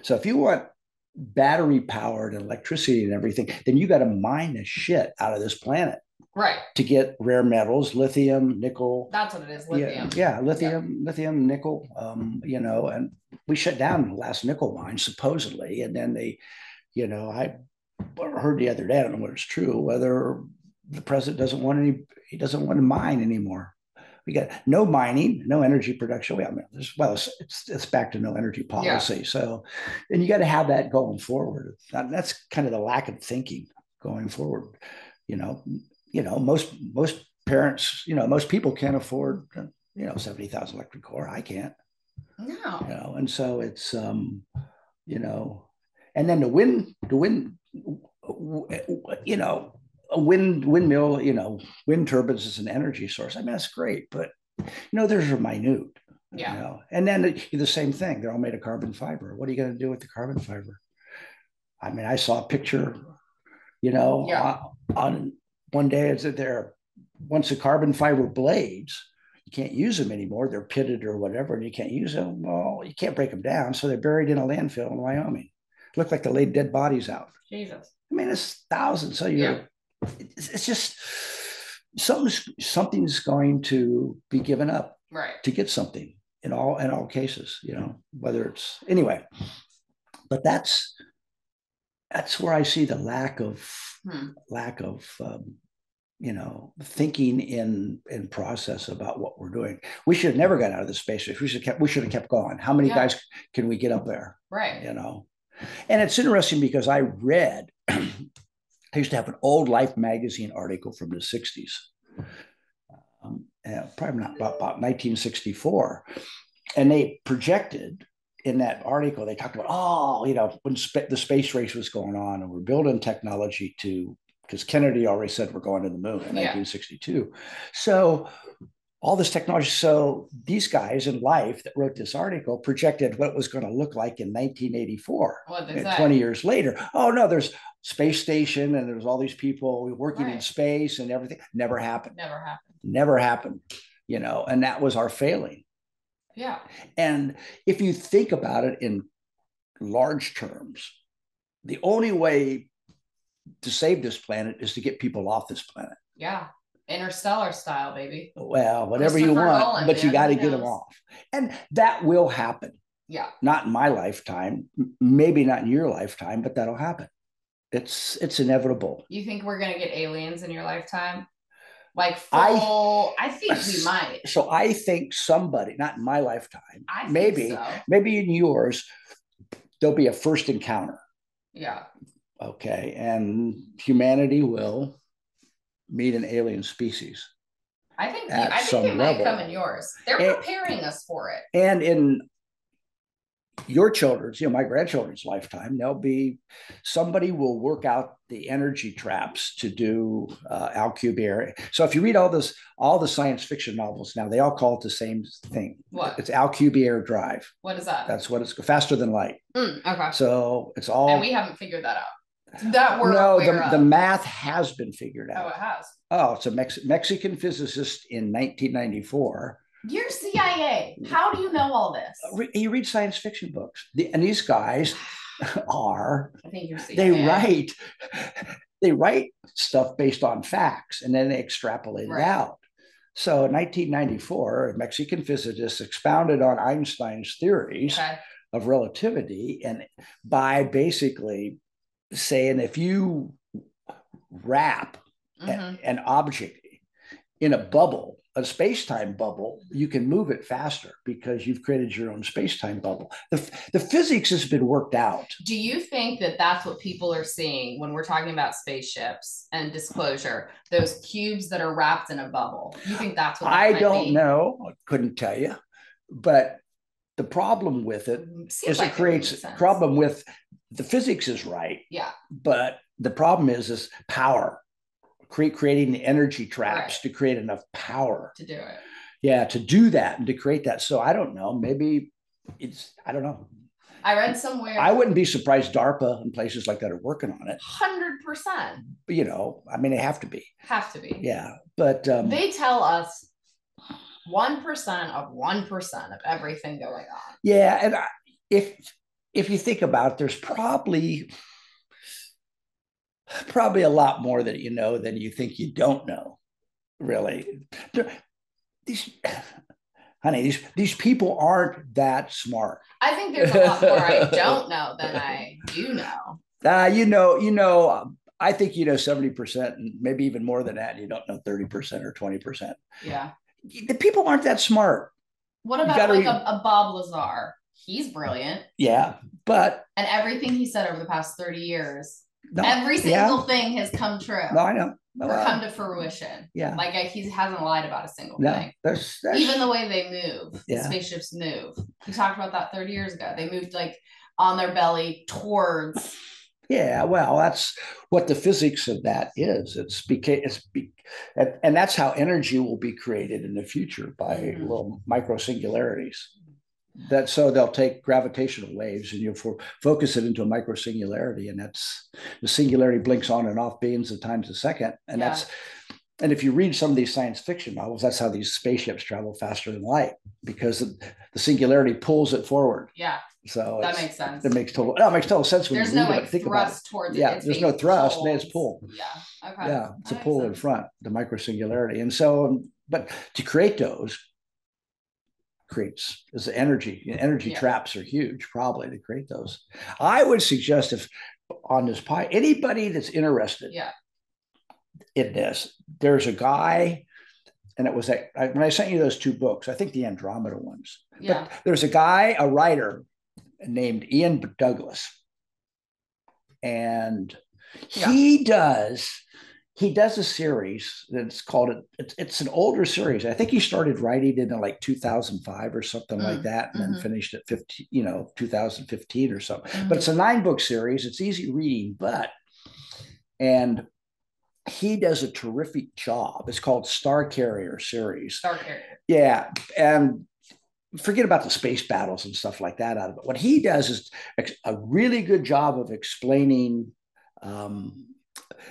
Speaker 1: So if you want battery powered and electricity and everything, then you got to mine the shit out of this planet
Speaker 2: Right.
Speaker 1: to get rare metals, lithium, nickel.
Speaker 2: That's what it is, lithium.
Speaker 1: Yeah, yeah, lithium, lithium, nickel. Um, you know, and we shut down the last nickel mine supposedly, and then they, you know, I heard the other day. I don't know whether it's true. Whether the president doesn't want any, he doesn't want to mine anymore. We got no mining, no energy production. Well, I mean, there's- well, it's, it's it's back to no energy policy. So, and you got to have that going forward. That- That's kind of the lack of thinking going forward. You know, you know, most most parents, you know, most people can't afford, you know, seventy thousand electric car. I can't, you
Speaker 2: No.
Speaker 1: know, and so it's, um, you know, and then the wind, the wind, you know, a wind windmill, you know, wind turbines is an energy source. I mean, that's great, but you know, there's a minute. You
Speaker 2: Yeah.
Speaker 1: know? And then the, the same thing. They're all made of carbon fiber. What are you going to do with the carbon fiber? I mean, I saw a picture, you know,
Speaker 2: Yeah.
Speaker 1: on, on one day it's that they're once the carbon fiber blades, you can't use them anymore. They're pitted or whatever, and you can't use them. Well, you can't break them down. So they're buried in a landfill in Wyoming. Looked like they laid dead bodies out.
Speaker 2: Jesus.
Speaker 1: I mean, it's thousands. So you're, it's, it's just something's, something's going to be given up
Speaker 2: Right.
Speaker 1: to get something in all in all cases you know whether it's anyway but that's that's where i see the lack of
Speaker 2: Hmm.
Speaker 1: lack of um, you know thinking in in process about what we're doing we should have never got out of the space race. we should have kept we should have kept going how many
Speaker 2: Yeah.
Speaker 1: guys can we get up there
Speaker 2: Right.
Speaker 1: you know and it's interesting because i read [CLEARS THROAT] i used to have an old life magazine article from the 60s um, uh, probably not about, about 1964 and they projected in that article they talked about oh you know when sp- the space race was going on and we're building technology to because kennedy already said we're going to the moon in
Speaker 2: Yeah.
Speaker 1: 1962 so all this technology. So these guys in life that wrote this article projected what it was going to look like in 1984.
Speaker 2: What is
Speaker 1: And
Speaker 2: that?
Speaker 1: 20 years later, oh no, there's space station and there's all these people working in
Speaker 2: Right.
Speaker 1: space and everything. Never happened.
Speaker 2: Never happened.
Speaker 1: Never happened. You know, and that was our failing.
Speaker 2: Yeah.
Speaker 1: And if you think about it in large terms, the only way to save this planet is to get people off this planet.
Speaker 2: Yeah. Interstellar style, baby.
Speaker 1: well, whatever you
Speaker 2: Christopher
Speaker 1: want,
Speaker 2: Nolan,
Speaker 1: but you
Speaker 2: man,
Speaker 1: got to
Speaker 2: who
Speaker 1: get them
Speaker 2: knows?
Speaker 1: off. And that will happen.
Speaker 2: Yeah.
Speaker 1: Not in my lifetime, m- maybe not in your lifetime, but that'll happen. It's it's inevitable.
Speaker 2: You think we're gonna get aliens in your lifetime? Like
Speaker 1: I-
Speaker 2: full I, think
Speaker 1: [LAUGHS]
Speaker 2: we might.
Speaker 1: So I think somebody, not in my lifetime,
Speaker 2: I think
Speaker 1: Maybe.
Speaker 2: so.
Speaker 1: maybe in yours, there'll be a first encounter.
Speaker 2: Yeah.
Speaker 1: Okay. And humanity will meet an alien species.
Speaker 2: I think
Speaker 1: At
Speaker 2: I
Speaker 1: some
Speaker 2: think it
Speaker 1: level.
Speaker 2: might come in yours. They're
Speaker 1: It-
Speaker 2: preparing us for it.
Speaker 1: and in your children's you know my grandchildren's lifetime there'll be somebody will work out the energy traps to do uh, alcubierre so if you read all this all the science fiction novels now they all call it the same thing
Speaker 2: What?
Speaker 1: it's alcubierre drive
Speaker 2: What is that?
Speaker 1: that's what it's faster than light
Speaker 2: Mm, okay.
Speaker 1: so it's all
Speaker 2: and we haven't figured that out. That we're
Speaker 1: no
Speaker 2: aware
Speaker 1: the,
Speaker 2: of.
Speaker 1: the math has been figured
Speaker 2: oh,
Speaker 1: out
Speaker 2: it has.
Speaker 1: oh it's a Mex- mexican physicist in 1994
Speaker 2: You're CIA. How do you know all this?
Speaker 1: re- you read science fiction books the, and these guys [LAUGHS] are
Speaker 2: I think you're CIA.
Speaker 1: they write they write stuff based on facts and then they extrapolate
Speaker 2: Right.
Speaker 1: it out so in 1994 a mexican physicist expounded on einstein's theories
Speaker 2: Okay.
Speaker 1: of relativity and by basically saying if you wrap a-
Speaker 2: Mhm.
Speaker 1: an object in a bubble a space-time bubble you can move it faster because you've created your own space-time bubble the, f- the physics has been worked out
Speaker 2: Do you think that that's what people are seeing when we're talking about spaceships and disclosure? Those cubes that are wrapped in a bubble. You think that's what that
Speaker 1: I
Speaker 2: might
Speaker 1: don't
Speaker 2: be?
Speaker 1: know. I couldn't tell you, but The problem with it
Speaker 2: Seems
Speaker 1: is
Speaker 2: like
Speaker 1: it creates
Speaker 2: makes sense.
Speaker 1: problem with the physics is right,
Speaker 2: Yeah.
Speaker 1: but the problem is is power. Cre- creating the energy traps to create enough power.
Speaker 2: to do it.
Speaker 1: Yeah, to do that and to create that. So I don't know. Maybe it's I don't know.
Speaker 2: I read somewhere
Speaker 1: I wouldn't be surprised DARPA and places like that are working on it.
Speaker 2: hundred percent
Speaker 1: But, you know, I mean they have to be.
Speaker 2: have to be.
Speaker 1: Yeah. But um
Speaker 2: They tell us one percent of one percent of everything going on.
Speaker 1: Yeah, and I, if if you think about it, there's probably probably a lot more that you know than you think you don't know. Really, There- these honey, these these people aren't that smart.
Speaker 2: I think there's a lot more
Speaker 1: [LAUGHS]
Speaker 2: I don't know than I do know.
Speaker 1: Uh, you know, you know. um, I think you know seventy percent, and maybe even more than that. and You don't know thirty percent or twenty percent.
Speaker 2: Yeah.
Speaker 1: The people aren't that smart.
Speaker 2: What
Speaker 1: You
Speaker 2: about
Speaker 1: gotta
Speaker 2: like
Speaker 1: read-
Speaker 2: a, a Bob Lazar? He's brilliant,
Speaker 1: Yeah, but
Speaker 2: and everything he said over the past thirty years,
Speaker 1: no,
Speaker 2: every
Speaker 1: yeah.
Speaker 2: single thing has come true
Speaker 1: no, I know. No,
Speaker 2: or
Speaker 1: uh,
Speaker 2: come to fruition.
Speaker 1: yeah,
Speaker 2: Like I, he hasn't lied about a single
Speaker 1: no.
Speaker 2: thing.
Speaker 1: There's, there's
Speaker 2: Even the way they move, the
Speaker 1: Yeah.
Speaker 2: spaceships move. We talked about that thirty years ago. They moved like on their belly towards
Speaker 1: Yeah, well, that's what the physics of that is. It's became it's be, and, and that's how energy will be created in the future by
Speaker 2: Mhm.
Speaker 1: little micro singularities. That so they'll take gravitational waves and you'll fo- focus it into a micro singularity, and that's the singularity blinks on and off billions of times a second, and
Speaker 2: Yeah.
Speaker 1: that's and if you read some of these science fiction novels, that's how these spaceships travel faster than light because the singularity pulls it forward.
Speaker 2: yeah.
Speaker 1: So
Speaker 2: That
Speaker 1: Oh, it's-
Speaker 2: makes sense.
Speaker 1: it makes total no, it makes total sense when
Speaker 2: There's
Speaker 1: you read
Speaker 2: no
Speaker 1: it.
Speaker 2: like
Speaker 1: but think about it.
Speaker 2: thrust towards
Speaker 1: Yeah,
Speaker 2: it. It's
Speaker 1: there's
Speaker 2: being
Speaker 1: no thrust, no, it's
Speaker 2: pulled.
Speaker 1: pulled.
Speaker 2: Yeah. Okay.
Speaker 1: Yeah, it's a
Speaker 2: That makes
Speaker 1: pull in
Speaker 2: sense.
Speaker 1: front, the micro singularity. And so, um, but to create those creates is the energy. And Energy
Speaker 2: Yeah.
Speaker 1: traps are huge, probably to create those. I would suggest if on this pie, anybody that's interested
Speaker 2: Yeah.
Speaker 1: in this, there's a guy, and it was that I, when I sent you those two books, I think the Andromeda ones.
Speaker 2: Yeah.
Speaker 1: There's a guy, a writer named Ian Douglas. And he does he does a series that's called it it's, it's an older series. I think he started writing it in like 2005 or something like that and
Speaker 2: mhm.
Speaker 1: then finished at 15, you know, 2015 or something. But
Speaker 2: Mhm.
Speaker 1: it's a nine book series. It's easy reading, but and he does a terrific job. It's called Star Carrier series.
Speaker 2: Star carrier.
Speaker 1: Yeah, and forget about the space battles and stuff like that out of it. What he does is ex- a really good job of explaining, um,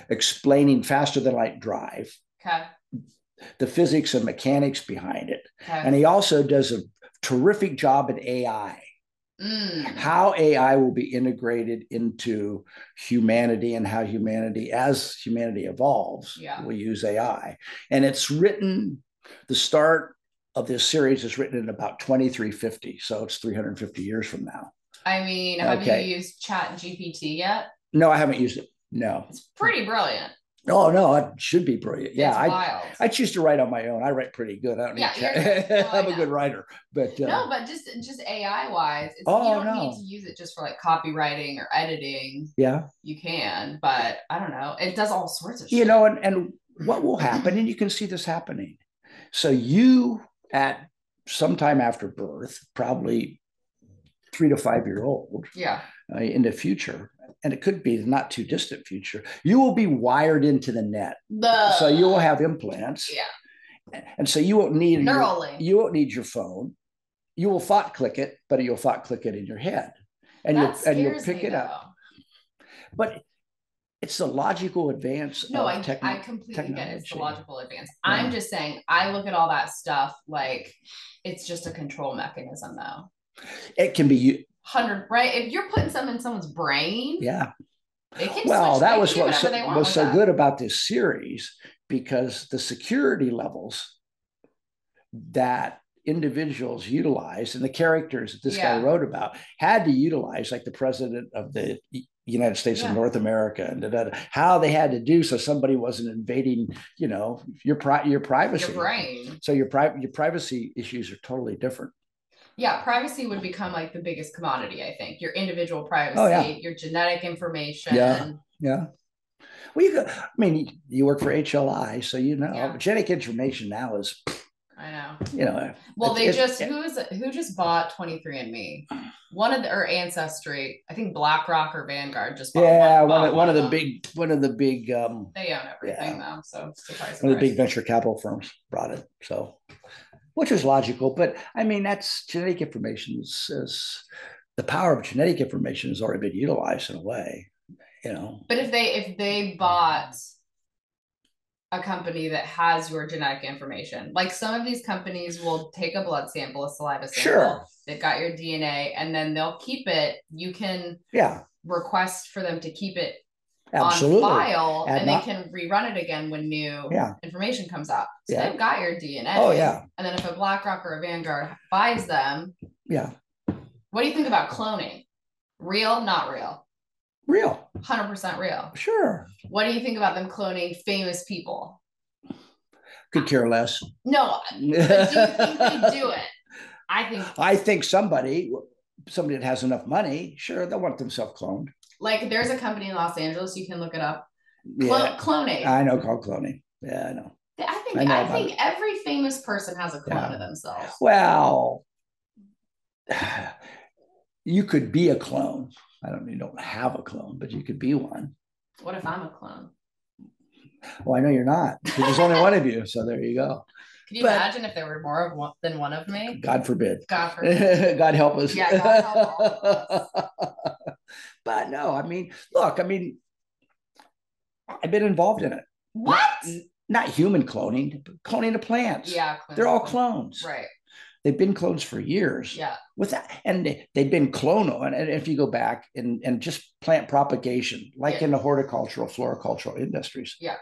Speaker 1: explaining faster than light drive,
Speaker 2: Okay.
Speaker 1: the physics and mechanics behind it, and
Speaker 2: Okay.
Speaker 1: he also does a terrific job at AI,
Speaker 2: Mm.
Speaker 1: how AI will be integrated into humanity and how humanity, as humanity evolves,
Speaker 2: Yeah.
Speaker 1: will use AI. And it's written, the start of this series is written in about 2350. So it's 350 years from now.
Speaker 2: I mean, have
Speaker 1: Okay.
Speaker 2: you used Chat GPT yet?
Speaker 1: No, I haven't used it. No.
Speaker 2: It's pretty brilliant.
Speaker 1: Oh, no, it should be brilliant. Yeah.
Speaker 2: It's
Speaker 1: I,
Speaker 2: wild.
Speaker 1: I choose to write on my own. I write pretty good. I don't need
Speaker 2: Yeah,
Speaker 1: chat-
Speaker 2: you're good. Well, I
Speaker 1: [LAUGHS] I'm a
Speaker 2: know.
Speaker 1: good writer, but uh,
Speaker 2: no, but just just AI wise, it's,
Speaker 1: Oh,
Speaker 2: you don't
Speaker 1: no.
Speaker 2: need to use it just for like copywriting or editing.
Speaker 1: yeah.
Speaker 2: You can, but I don't know. It does all sorts of shit.
Speaker 1: you know and, and what will happen and you can see this happening so you at sometime after birth probably three to five year old
Speaker 2: Yeah.
Speaker 1: uh, in the future and it could be the not too distant future you will be wired into the net
Speaker 2: The
Speaker 1: so you will have implants and so you won't need your,
Speaker 2: Neuralink.
Speaker 1: you won't need your phone you will thought click it but you'll thought click it in your head and
Speaker 2: That
Speaker 1: you'll and you'll
Speaker 2: scares me,
Speaker 1: pick it up
Speaker 2: though.
Speaker 1: but it's the logical advance
Speaker 2: No,
Speaker 1: of
Speaker 2: I,
Speaker 1: Oh, techno-
Speaker 2: I completely get it. It's the
Speaker 1: technology.
Speaker 2: logical advance.
Speaker 1: Yeah.
Speaker 2: I'm just saying, I look at all that stuff like it's just a control mechanism, though.
Speaker 1: it can be u-
Speaker 2: 100, right? If you're putting something in someone's brain,
Speaker 1: Yeah.
Speaker 2: they can
Speaker 1: Well,
Speaker 2: switch- they
Speaker 1: that
Speaker 2: can
Speaker 1: was
Speaker 2: do
Speaker 1: what
Speaker 2: whatever
Speaker 1: so,
Speaker 2: they want
Speaker 1: was
Speaker 2: with
Speaker 1: so
Speaker 2: that.
Speaker 1: good about this series because the security levels that individuals utilized and the characters that this
Speaker 2: Yeah.
Speaker 1: guy wrote about had to utilize, like the president of the U- United States
Speaker 2: Yeah.
Speaker 1: of North America and da, da, da, how they had to do so somebody wasn't invading, you know, your pri- your privacy.
Speaker 2: Your brain.
Speaker 1: So your pri- your privacy issues are totally different.
Speaker 2: Yeah, privacy would become like the biggest commodity, I think. Your individual privacy,
Speaker 1: Oh, yeah.
Speaker 2: your genetic information.
Speaker 1: Yeah. Yeah. Well, you go, I mean, you work for HLI, so you know,
Speaker 2: Yeah.
Speaker 1: genetic information now is
Speaker 2: I know.
Speaker 1: You know,
Speaker 2: Well, they
Speaker 1: It's-
Speaker 2: just
Speaker 1: it's-
Speaker 2: who is who just bought 23andMe? One of the or Ancestry, I think BlackRock or Vanguard just bought
Speaker 1: yeah,
Speaker 2: one,
Speaker 1: one
Speaker 2: bought
Speaker 1: of, one of the
Speaker 2: them.
Speaker 1: big, one of the big, um,
Speaker 2: They own everything though, so surprise,
Speaker 1: one of
Speaker 2: surprise.
Speaker 1: the big venture capital firms brought it. So, which was logical, but I mean, that's genetic information is, is the power of genetic information has already been utilized in a way, you know.
Speaker 2: But if they if they bought a company that has your genetic information, like some of these companies will take a blood sample, a saliva sample,
Speaker 1: Sure.
Speaker 2: they've got your DNA, and then they'll keep it. You can
Speaker 1: Yeah,
Speaker 2: request for them to keep it on
Speaker 1: absolutely.
Speaker 2: file,
Speaker 1: And
Speaker 2: and,
Speaker 1: not-
Speaker 2: they can rerun it again when new
Speaker 1: Yeah.
Speaker 2: information comes out. So
Speaker 1: Yeah.
Speaker 2: they've got your DNA.
Speaker 1: Oh, yeah.
Speaker 2: And then if a BlackRock or a Vanguard buys them,
Speaker 1: Yeah,
Speaker 2: what do you think about cloning? Real, not real,
Speaker 1: real.
Speaker 2: hundred percent real.
Speaker 1: Sure.
Speaker 2: What do you think about them cloning famous people?
Speaker 1: Could care less.
Speaker 2: No, but do you think
Speaker 1: [LAUGHS]
Speaker 2: they do it? I think
Speaker 1: I think somebody, somebody that has enough money, sure, they'll want themselves cloned.
Speaker 2: like there's a company in Los Angeles you can look it up. Clo-
Speaker 1: Yeah,
Speaker 2: Cloning.
Speaker 1: I know called cloning. Yeah, I know.
Speaker 2: I think
Speaker 1: I know
Speaker 2: I,
Speaker 1: about
Speaker 2: think every famous person has a clone
Speaker 1: Yeah.
Speaker 2: of themselves.
Speaker 1: Well, [SIGHS] you could be a clone. I don't, you don't have a clone, but you could be one.
Speaker 2: What if I'm a clone?
Speaker 1: Well, I know you're not. 'cause There's only one of you, so there you go.
Speaker 2: Could you
Speaker 1: But-
Speaker 2: imagine if there were more of one, than one of me?
Speaker 1: [LAUGHS] God forbid.
Speaker 2: God forbid.
Speaker 1: [LAUGHS] God help us.
Speaker 2: Yeah, God help all
Speaker 1: [LAUGHS] but no, I mean, look, I mean, I've been involved in it.
Speaker 2: what?
Speaker 1: Not human cloning, but cloning of plants.
Speaker 2: Yeah, clone.
Speaker 1: They're all clones.
Speaker 2: Right.
Speaker 1: They've been clones for years.
Speaker 2: Yeah.
Speaker 1: With that, and they- they've been clonal. And, and if you go back and, and just plant propagation, like
Speaker 2: Yeah.
Speaker 1: in the horticultural, floricultural industries.
Speaker 2: Yeah.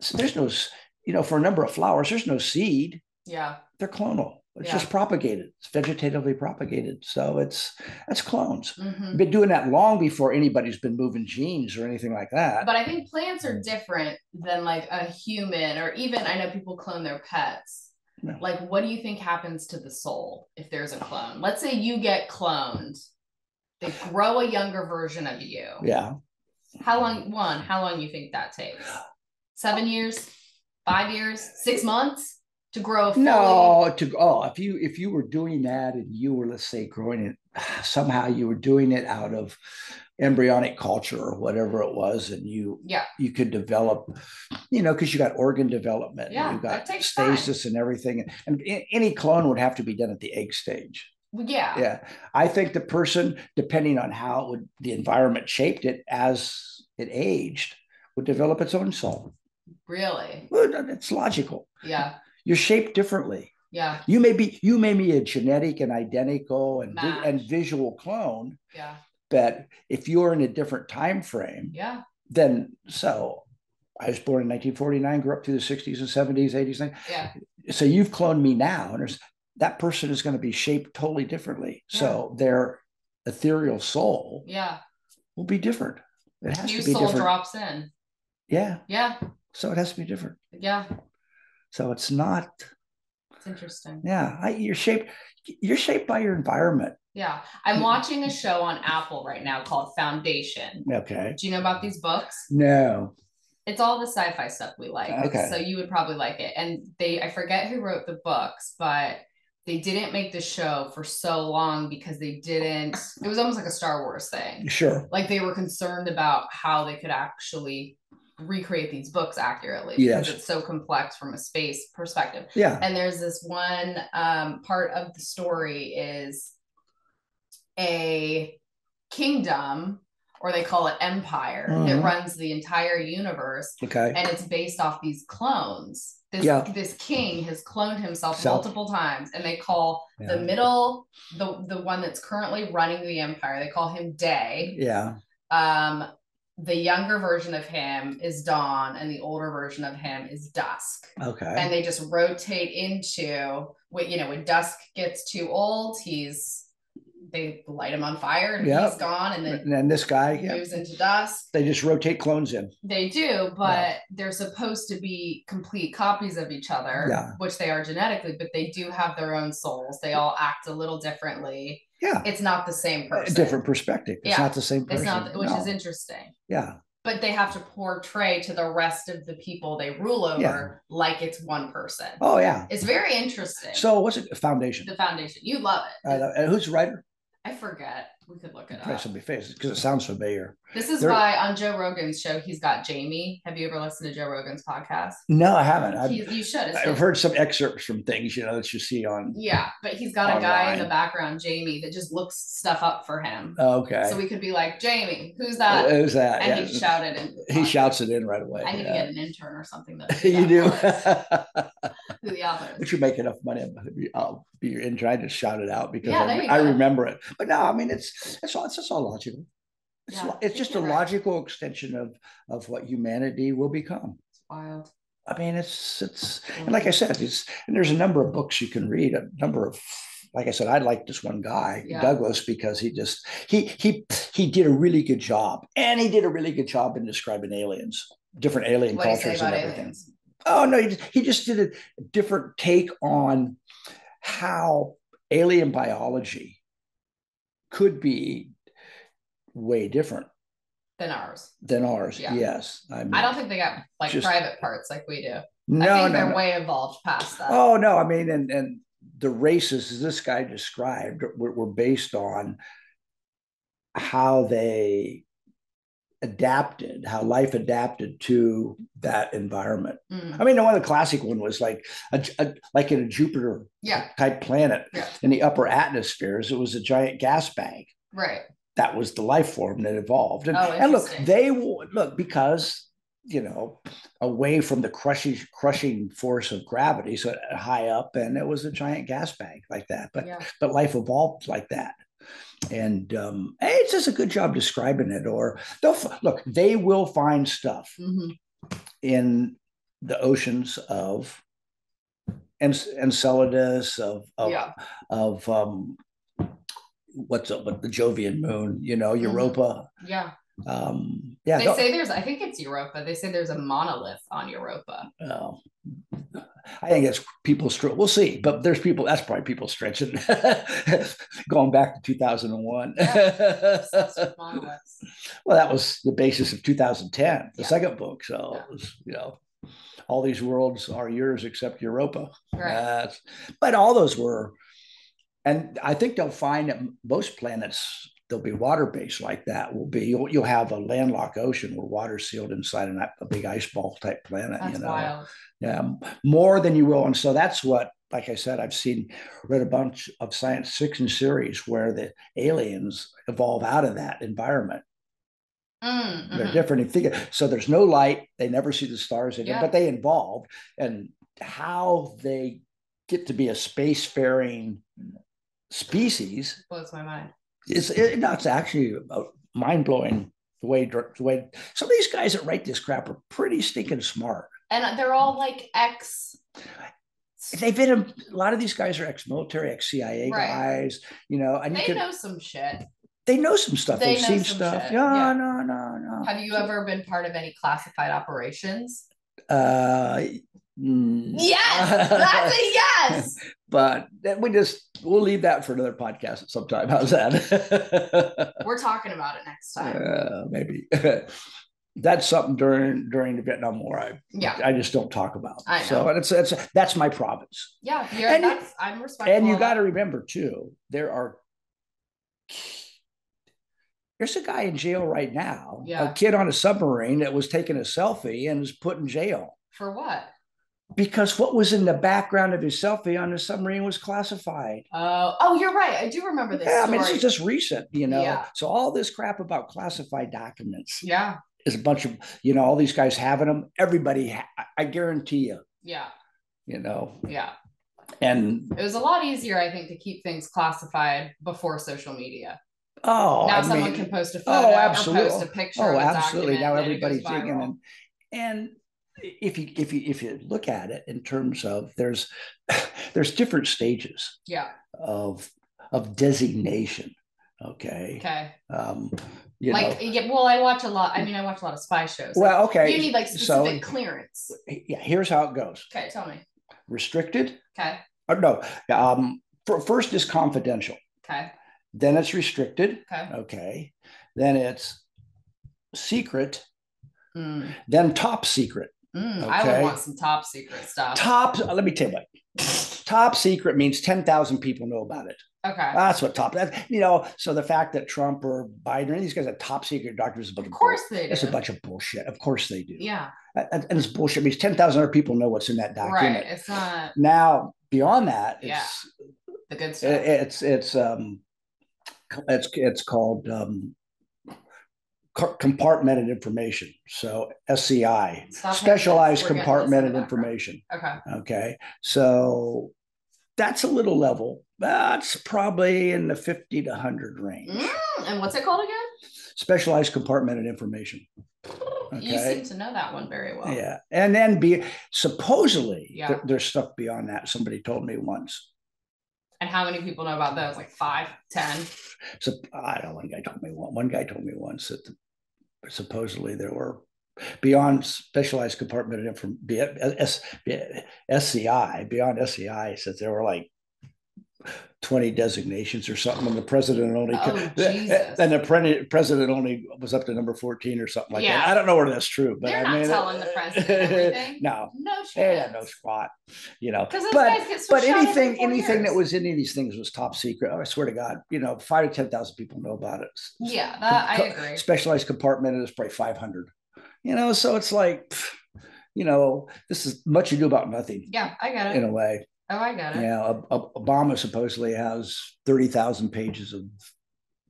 Speaker 1: So there's no, s- you know, for a number of flowers, there's no seed
Speaker 2: Yeah.
Speaker 1: they're clonal. It's
Speaker 2: Yeah.
Speaker 1: just propagated. It's vegetatively propagated. So it's that's clones.
Speaker 2: hmm
Speaker 1: We've been doing that long before anybody's been moving genes or anything like that.
Speaker 2: But I think plants are different than like a human, or even I know people clone their pets.
Speaker 1: No.
Speaker 2: Like, what do you think happens to the soul if there's a clone? Let's say you get cloned, they grow a younger version of you.
Speaker 1: yeah.
Speaker 2: How long? One, how long you think that takes? Seven years, five years, six months to grow? a Fully?
Speaker 1: No, to oh, if you if you were doing that and you were let's say growing it [SIGHS] somehow you were doing it out of embryonic culture or whatever it was, and you
Speaker 2: Yeah.
Speaker 1: you could develop, you know, because you got organ development, and
Speaker 2: Yeah,
Speaker 1: you
Speaker 2: that
Speaker 1: got
Speaker 2: takes time.
Speaker 1: stasis and everything, and a- any clone would have to be done at the egg stage.
Speaker 2: Well, Yeah.
Speaker 1: yeah i think the person depending on how it would, the environment shaped it as it aged would develop its own soul
Speaker 2: Really?
Speaker 1: Well, that- it's logical
Speaker 2: Yeah.
Speaker 1: you're shaped differently
Speaker 2: Yeah.
Speaker 1: you may be you may be a genetic and identical and, vi-
Speaker 2: Match.
Speaker 1: and visual clone
Speaker 2: Yeah.
Speaker 1: but if you're in a different time frame
Speaker 2: Yeah.
Speaker 1: then so i was born in 1949 grew up through the 60s and 70s 80s and
Speaker 2: Yeah.
Speaker 1: so you've cloned me now and there's, that person is going to be shaped totally differently so their ethereal soul
Speaker 2: Yeah.
Speaker 1: will be different it has
Speaker 2: New
Speaker 1: to be
Speaker 2: soul
Speaker 1: different
Speaker 2: drops in.
Speaker 1: yeah
Speaker 2: Yeah.
Speaker 1: so it has to be different
Speaker 2: Yeah.
Speaker 1: so it's not
Speaker 2: It's interesting.
Speaker 1: yeah I, you're shaped you're shaped by your environment
Speaker 2: Yeah. I'm
Speaker 1: Mm.
Speaker 2: watching a show on Apple right now called Foundation.
Speaker 1: okay
Speaker 2: Do you know about these books?
Speaker 1: no
Speaker 2: It's all the sci-fi stuff we like.
Speaker 1: Okay.
Speaker 2: So you would probably like it. And they I forget who wrote the books, but they didn't make the show for so long because they didn't it was almost like a Star Wars thing.
Speaker 1: sure
Speaker 2: Like they were concerned about how they could actually recreate these books accurately
Speaker 1: Yes.
Speaker 2: because it's so complex from a space perspective.
Speaker 1: yeah
Speaker 2: and there's this one um, part of the story is a kingdom or they call it empire
Speaker 1: Mhm.
Speaker 2: that runs the entire universe
Speaker 1: okay
Speaker 2: and it's based off these clones this,
Speaker 1: Yeah.
Speaker 2: this king has cloned himself
Speaker 1: So-
Speaker 2: multiple times and they call
Speaker 1: Yeah.
Speaker 2: the middle the the one that's currently running the empire they call him day
Speaker 1: yeah
Speaker 2: um the younger version of him is dawn and the older version of him is dusk
Speaker 1: okay
Speaker 2: and they just rotate into what you know when dusk gets too old he's they light him on fire and
Speaker 1: Yep.
Speaker 2: he's gone and then
Speaker 1: and then this guy
Speaker 2: he
Speaker 1: yeah,
Speaker 2: moves into dusk
Speaker 1: they just rotate clones in
Speaker 2: they do but they're supposed to be complete copies of each other
Speaker 1: Yeah.
Speaker 2: which they are genetically but they do have their own souls they all act a little differently
Speaker 1: yeah
Speaker 2: it's not the same
Speaker 1: a
Speaker 2: person
Speaker 1: different perspective it's
Speaker 2: Yeah.
Speaker 1: not the same
Speaker 2: it's
Speaker 1: person
Speaker 2: not which
Speaker 1: No.
Speaker 2: is interesting
Speaker 1: yeah
Speaker 2: but they have to portray to the rest of the people they rule over
Speaker 1: Yeah.
Speaker 2: like it's one person.
Speaker 1: Oh yeah.
Speaker 2: It's very interesting.
Speaker 1: So what's it? Foundation.
Speaker 2: the foundation, you love it.
Speaker 1: I love- and who's the writer?
Speaker 2: I forget. We could look it up.
Speaker 1: Price will be faces because it sounds familiar.
Speaker 2: This is
Speaker 1: There-
Speaker 2: why on Joe Rogan's show he's got Jamie. Have you ever listened to Joe Rogan's podcast?
Speaker 1: No, I haven't. I've,
Speaker 2: He's, you should. It's
Speaker 1: I've
Speaker 2: good.
Speaker 1: heard some excerpts from things you know that you see on.
Speaker 2: yeah, but he's got a guy in the
Speaker 1: Online.
Speaker 2: background, Jamie, that just looks stuff up for him.
Speaker 1: oh, Okay.
Speaker 2: So we could be like, Jamie, who's
Speaker 1: Uh,
Speaker 2: that?
Speaker 1: Who's that?
Speaker 2: and he
Speaker 1: Yeah.
Speaker 2: shouted and
Speaker 1: He shouts it in right away.
Speaker 2: I need to
Speaker 1: yeah.
Speaker 2: get an intern or something
Speaker 1: [LAUGHS]
Speaker 2: that can
Speaker 1: you do.
Speaker 2: that for us, [LAUGHS] who the author is.
Speaker 1: but you make enough money, I'll be your intern. I just shout it out because
Speaker 2: Yeah,
Speaker 1: I,
Speaker 2: there you
Speaker 1: I
Speaker 2: go.
Speaker 1: remember it. But no, I mean it's it's all it's just all logical. It's,
Speaker 2: Yeah,
Speaker 1: lo-
Speaker 2: I
Speaker 1: it's
Speaker 2: think
Speaker 1: just a
Speaker 2: you're right.
Speaker 1: logical extension of of what humanity will become.
Speaker 2: It's wild.
Speaker 1: I mean, it's it's and like I
Speaker 2: Mm-hmm.
Speaker 1: said, it's and there's a number of books you can read. A number of, like I said, I like this one guy
Speaker 2: Yeah.
Speaker 1: Douglas because he just he he he did a really good job, and he did a really good job in describing aliens, different alien
Speaker 2: What do you say
Speaker 1: cultures, and
Speaker 2: about
Speaker 1: everything.
Speaker 2: aliens?
Speaker 1: Oh no, he just, he just did a different take on how alien biology could be way different
Speaker 2: Than ours.
Speaker 1: than ours.
Speaker 2: Yeah.
Speaker 1: Yes, mean,
Speaker 2: I don't think they got like
Speaker 1: Mm. Just-
Speaker 2: private parts like we do.
Speaker 1: No,
Speaker 2: I think
Speaker 1: no,
Speaker 2: they're
Speaker 1: no.
Speaker 2: way evolved past that.
Speaker 1: Oh no, I mean, and and the races as this guy described were, were based on how they adapted, how life adapted to that environment.
Speaker 2: Mm,
Speaker 1: I mean, the one the classic one was like a, a- like in a Jupiter
Speaker 2: Yeah,
Speaker 1: type planet
Speaker 2: Yeah.
Speaker 1: in the upper atmospheres, it was a giant gas bag.
Speaker 2: right.
Speaker 1: That was the life form that evolved. And,
Speaker 2: Oh,
Speaker 1: and look,
Speaker 2: interesting.
Speaker 1: they would look because you know away from the crushing crushing force of gravity, so high up, and it was a giant gas bag like that. But
Speaker 2: yeah.
Speaker 1: but life evolved like that. And um, it's just a good job describing it. Or they'll f- look, they will find stuff [LAUGHS]
Speaker 2: Mhm.
Speaker 1: in the oceans of En- Enceladus, of of,
Speaker 2: yeah.
Speaker 1: of um, what's up with the Jovian moon, you know, Europa.
Speaker 2: Yeah.
Speaker 1: Um,
Speaker 2: Mm-hmm.
Speaker 1: yeah,
Speaker 2: They
Speaker 1: don't-
Speaker 2: say there's, I think it's Europa. They say there's a monolith on
Speaker 1: [LAUGHS]
Speaker 2: Europa.
Speaker 1: oh. I think that's people. Str- we'll see, but there's people. That's probably people stretching, [LAUGHS] going back to 2001.
Speaker 2: Obsessed with monoliths.
Speaker 1: [LAUGHS] Well, that was the basis of 2010, the
Speaker 2: Yeah.
Speaker 1: second book. So,
Speaker 2: Yeah.
Speaker 1: it was, you know, all these worlds are yours except Europa.
Speaker 2: Right.
Speaker 1: That's- but all those were, and I think they'll find that most planets there'll be water based like that. Will be you'll, you'll have a landlocked ocean where water's sealed inside an, a big ice ball type planet.
Speaker 2: That's
Speaker 1: you know,
Speaker 2: wild.
Speaker 1: yeah, m- more than you will. And so that's what, like I said, I've seen read a bunch of science fiction series where the aliens evolve out of that environment
Speaker 2: Mm,
Speaker 1: they're
Speaker 2: mhm.
Speaker 1: different in figure. So there's no light. They never see the stars, in it,
Speaker 2: Yeah.
Speaker 1: but they involved and how they get to be a spacefaring species
Speaker 2: Blows my mind.
Speaker 1: is it, no, it's actually mind blowing. The way dr- the way some of these guys that write this crap are pretty stinking smart.
Speaker 2: And they're all like ex.
Speaker 1: They've been in- a lot of these guys are ex-military, ex-CIA
Speaker 2: Right.
Speaker 1: guys, you know, and
Speaker 2: They
Speaker 1: you can
Speaker 2: know some shit.
Speaker 1: they know some stuff.
Speaker 2: They
Speaker 1: They have
Speaker 2: know
Speaker 1: seen
Speaker 2: some
Speaker 1: stuff.
Speaker 2: shit,
Speaker 1: No,
Speaker 2: yeah.
Speaker 1: no, no, no.
Speaker 2: Have you ever been part of any classified
Speaker 1: [LAUGHS]
Speaker 2: operations? [LAUGHS]
Speaker 1: Uh, mm.
Speaker 2: Yes,
Speaker 1: [LAUGHS]
Speaker 2: that's a yes.
Speaker 1: but that- we just we'll leave that for another podcast sometime. [LAUGHS] How's that?
Speaker 2: We're talking about it next time.
Speaker 1: [LAUGHS] uh, maybe that's something during during the Vietnam War. I
Speaker 2: Yeah,
Speaker 1: I just don't talk about.
Speaker 2: I know.
Speaker 1: So and it's it's that's my province.
Speaker 2: yeah. You're,
Speaker 1: And you-
Speaker 2: that's, I'm respectful.
Speaker 1: And you
Speaker 2: of
Speaker 1: got
Speaker 2: that.
Speaker 1: to remember too, there are. There's a guy in jail right now,
Speaker 2: Yeah.
Speaker 1: a kid on a submarine that was taking a selfie and was put in jail
Speaker 2: for what?
Speaker 1: because what was in the background of his selfie on the submarine was classified.
Speaker 2: Oh, oh, you're right. I do remember this.
Speaker 1: Yeah, I
Speaker 2: story.
Speaker 1: mean, this is just recent, you know.
Speaker 2: Yeah.
Speaker 1: So all this crap about classified documents
Speaker 2: yeah,
Speaker 1: is a bunch of, you know, all these guys having them. Everybody, ha- I- I guarantee you,
Speaker 2: yeah,
Speaker 1: you know.
Speaker 2: yeah.
Speaker 1: And
Speaker 2: It was a lot easier, I think, to keep things classified before social media.
Speaker 1: oh,
Speaker 2: now
Speaker 1: I
Speaker 2: someone
Speaker 1: mean,
Speaker 2: can post a
Speaker 1: oh,
Speaker 2: photo or
Speaker 1: absolutely.
Speaker 2: post a picture.
Speaker 1: oh,
Speaker 2: of a
Speaker 1: absolutely. Now
Speaker 2: document and it goes
Speaker 1: everybody's digging,
Speaker 2: viral.
Speaker 1: and, and if you if you if you look at it in terms of there's [LAUGHS] there's different stages
Speaker 2: Yeah.
Speaker 1: of of designation. Okay.
Speaker 2: Okay.
Speaker 1: Um, you
Speaker 2: like,
Speaker 1: know.
Speaker 2: yeah, well, I watch a lot. I mean, I watch a lot of spy shows.
Speaker 1: Well, okay.
Speaker 2: you need like
Speaker 1: so-
Speaker 2: specific clearance.
Speaker 1: yeah, here's how it goes.
Speaker 2: Okay, tell me.
Speaker 1: Restricted.
Speaker 2: Okay.
Speaker 1: or no, um, for, first is confidential,
Speaker 2: Okay.
Speaker 1: then it's restricted,
Speaker 2: Okay.
Speaker 1: okay, then it's secret,
Speaker 2: Mm,
Speaker 1: Then top secret.
Speaker 2: mm, I would
Speaker 1: Okay.
Speaker 2: want some top secret stuff.
Speaker 1: Top, let me tell you what. Top secret means 10,000 people know about it.
Speaker 2: okay.
Speaker 1: That's what top, that, you know, so the fact that Trump or Biden or these guys are top secret doctors is a bunch
Speaker 2: of
Speaker 1: of
Speaker 2: course they do.
Speaker 1: It's a bunch of bullshit. Of course they do.
Speaker 2: yeah,
Speaker 1: And, and it's bullshit because 10,000 other people know what's in that document.
Speaker 2: right. It's not
Speaker 1: Now, beyond that,
Speaker 2: Yeah.
Speaker 1: it's,
Speaker 2: the good
Speaker 1: i-
Speaker 2: stuff.
Speaker 1: it's, it's, um, it's, it's called, um, co- compartmented information. So SCI,
Speaker 2: Stop having
Speaker 1: specialized
Speaker 2: kids forget this in the
Speaker 1: compartmented
Speaker 2: background.
Speaker 1: information.
Speaker 2: Okay.
Speaker 1: Okay. So that's a little level. That's probably in the 50 to 100 range.
Speaker 2: Mm, and what's it called again?
Speaker 1: Specialized compartmented information.
Speaker 2: You
Speaker 1: Okay.
Speaker 2: seem to know that one very well.
Speaker 1: Yeah. And then be supposedly
Speaker 2: Yeah.
Speaker 1: there- there's stuff beyond that. Somebody told me once.
Speaker 2: And how many people know about those? Like five, ten.
Speaker 1: So I don't know. One guy told me one, one guy told me once that the, supposedly there were beyond specialized compartmented inform B- S- B- SCI beyond SCI said there were like 20 designations or something and the president only
Speaker 2: Oh, Jesus.
Speaker 1: and the pre- president only was up to number 14 or something like that
Speaker 2: Yeah.
Speaker 1: I don't know where that's true but
Speaker 2: They're
Speaker 1: I
Speaker 2: not
Speaker 1: mean
Speaker 2: telling the
Speaker 1: [LAUGHS]
Speaker 2: president everything.
Speaker 1: Eh, no
Speaker 2: No chance.
Speaker 1: they don't know squat you know
Speaker 2: Because those
Speaker 1: but
Speaker 2: guys get
Speaker 1: but
Speaker 2: shot every
Speaker 1: anything
Speaker 2: four
Speaker 1: anything that
Speaker 2: years.
Speaker 1: was in any of these things was top secret. Oh, I swear to God, you know, five to ten thousand people know about it. S-
Speaker 2: Yeah, that, Uh, I
Speaker 1: co-
Speaker 2: agree.
Speaker 1: Specialized compartment is probably five hundred. You know, so it's like, pff, you know, this is much ado about nothing
Speaker 2: Yeah, I get
Speaker 1: in
Speaker 2: it.
Speaker 1: a way.
Speaker 2: Oh, I get
Speaker 1: You
Speaker 2: it.
Speaker 1: know, Ob- Ob- Obama supposedly has thirty thousand pages of
Speaker 2: I'm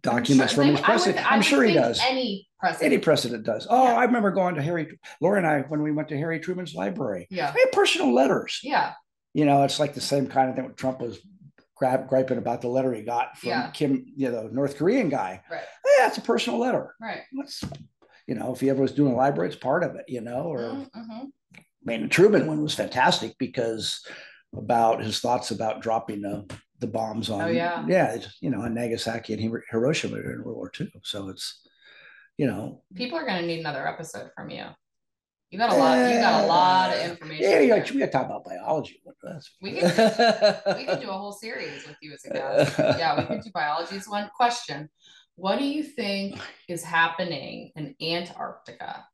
Speaker 1: documents
Speaker 2: sure-
Speaker 1: from
Speaker 2: like,
Speaker 1: his
Speaker 2: I would-
Speaker 1: president.
Speaker 2: I
Speaker 1: I'm
Speaker 2: would
Speaker 1: sure he
Speaker 2: think
Speaker 1: does.
Speaker 2: Any president.
Speaker 1: Any president does. Oh,
Speaker 2: Yeah.
Speaker 1: I remember going to Harry, Laura and I, when we went to Harry Truman's library.
Speaker 2: yeah.
Speaker 1: I had personal letters.
Speaker 2: Yeah.
Speaker 1: you know, it's like the same kind of thing what Trump was grab, griping about the letter he got from
Speaker 2: Yeah.
Speaker 1: Kim, you know, the North Korean guy.
Speaker 2: Right.
Speaker 1: Yeah, it's a personal letter.
Speaker 2: Right.
Speaker 1: What's, you know, if he ever was doing a library, it's part of it, you know, or
Speaker 2: Mm-hmm.
Speaker 1: I mean, the Truman one was fantastic because about his thoughts about dropping the, the bombs on,
Speaker 2: Oh, yeah.
Speaker 1: yeah, it's, you know, on Nagasaki and Hiro- Hiroshima during World War II. So it's, you know,
Speaker 2: People are gonna need another episode from you. You got a lot. You got a lot of
Speaker 1: Yeah.
Speaker 2: information.
Speaker 1: Eh, yeah,
Speaker 2: there.
Speaker 1: yeah, we got to talk about biology. That's,
Speaker 2: We could- we could do a whole series with you as a
Speaker 1: [LAUGHS]
Speaker 2: guest. Yeah, we could do biology as one question. What do you think is happening in Antarctica?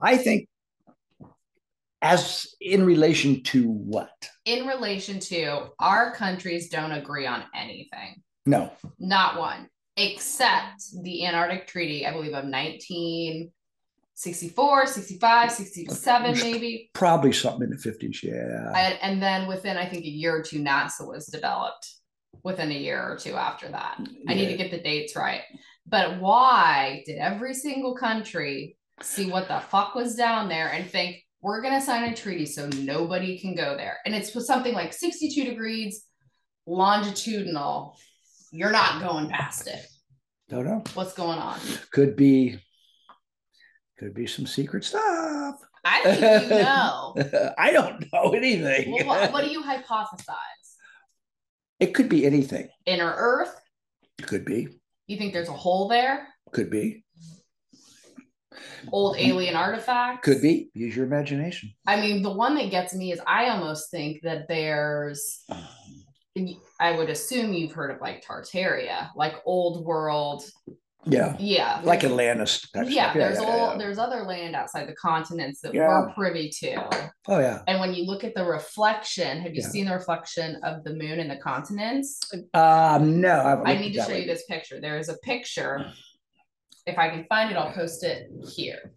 Speaker 1: I think as in relation to what?
Speaker 2: In relation to our countries don't agree on anything,
Speaker 1: No.
Speaker 2: not one, except the Antarctic Treaty, I believe of 1964, 65, 67, maybe.
Speaker 1: Probably something in the 50s. Yeah.
Speaker 2: And, and then within, I think, a year or two, NASA was developed within a year or two after that. I need to get the dates right. But why did every single country see what the fuck was down there and think we're going to sign a treaty so nobody can go there? And it's with something like 62 degrees longitudinal. You're not going past it.
Speaker 1: Don't know.
Speaker 2: What's going on?
Speaker 1: Could be could be some secret stuff. [LAUGHS]
Speaker 2: I think you know.
Speaker 1: I don't know anything.
Speaker 2: Well, what, what do you hypothesize?
Speaker 1: [LAUGHS] It could be anything.
Speaker 2: Inner Earth?
Speaker 1: Could be.
Speaker 2: You think there's a hole there?
Speaker 1: Could be.
Speaker 2: Old alien artifacts?
Speaker 1: Could be. Use your imagination.
Speaker 2: I mean, the one that gets me is I almost think that there's, I would assume you've heard of like Tartaria, like old world.
Speaker 1: Yeah.
Speaker 2: Yeah.
Speaker 1: Like Atlantis. type
Speaker 2: yeah,
Speaker 1: stuff.
Speaker 2: there's
Speaker 1: yeah,
Speaker 2: all
Speaker 1: yeah.
Speaker 2: there's other land outside the continents that
Speaker 1: Yeah.
Speaker 2: we're privy to.
Speaker 1: Oh yeah.
Speaker 2: And when you look at the reflection, have you
Speaker 1: Yeah.
Speaker 2: seen the reflection of the moon and the continents?
Speaker 1: Um, no, I, haven't
Speaker 2: I
Speaker 1: looked
Speaker 2: need to
Speaker 1: at
Speaker 2: show
Speaker 1: that
Speaker 2: you
Speaker 1: one.
Speaker 2: this picture. There is a picture. If I can find it, I'll post it here.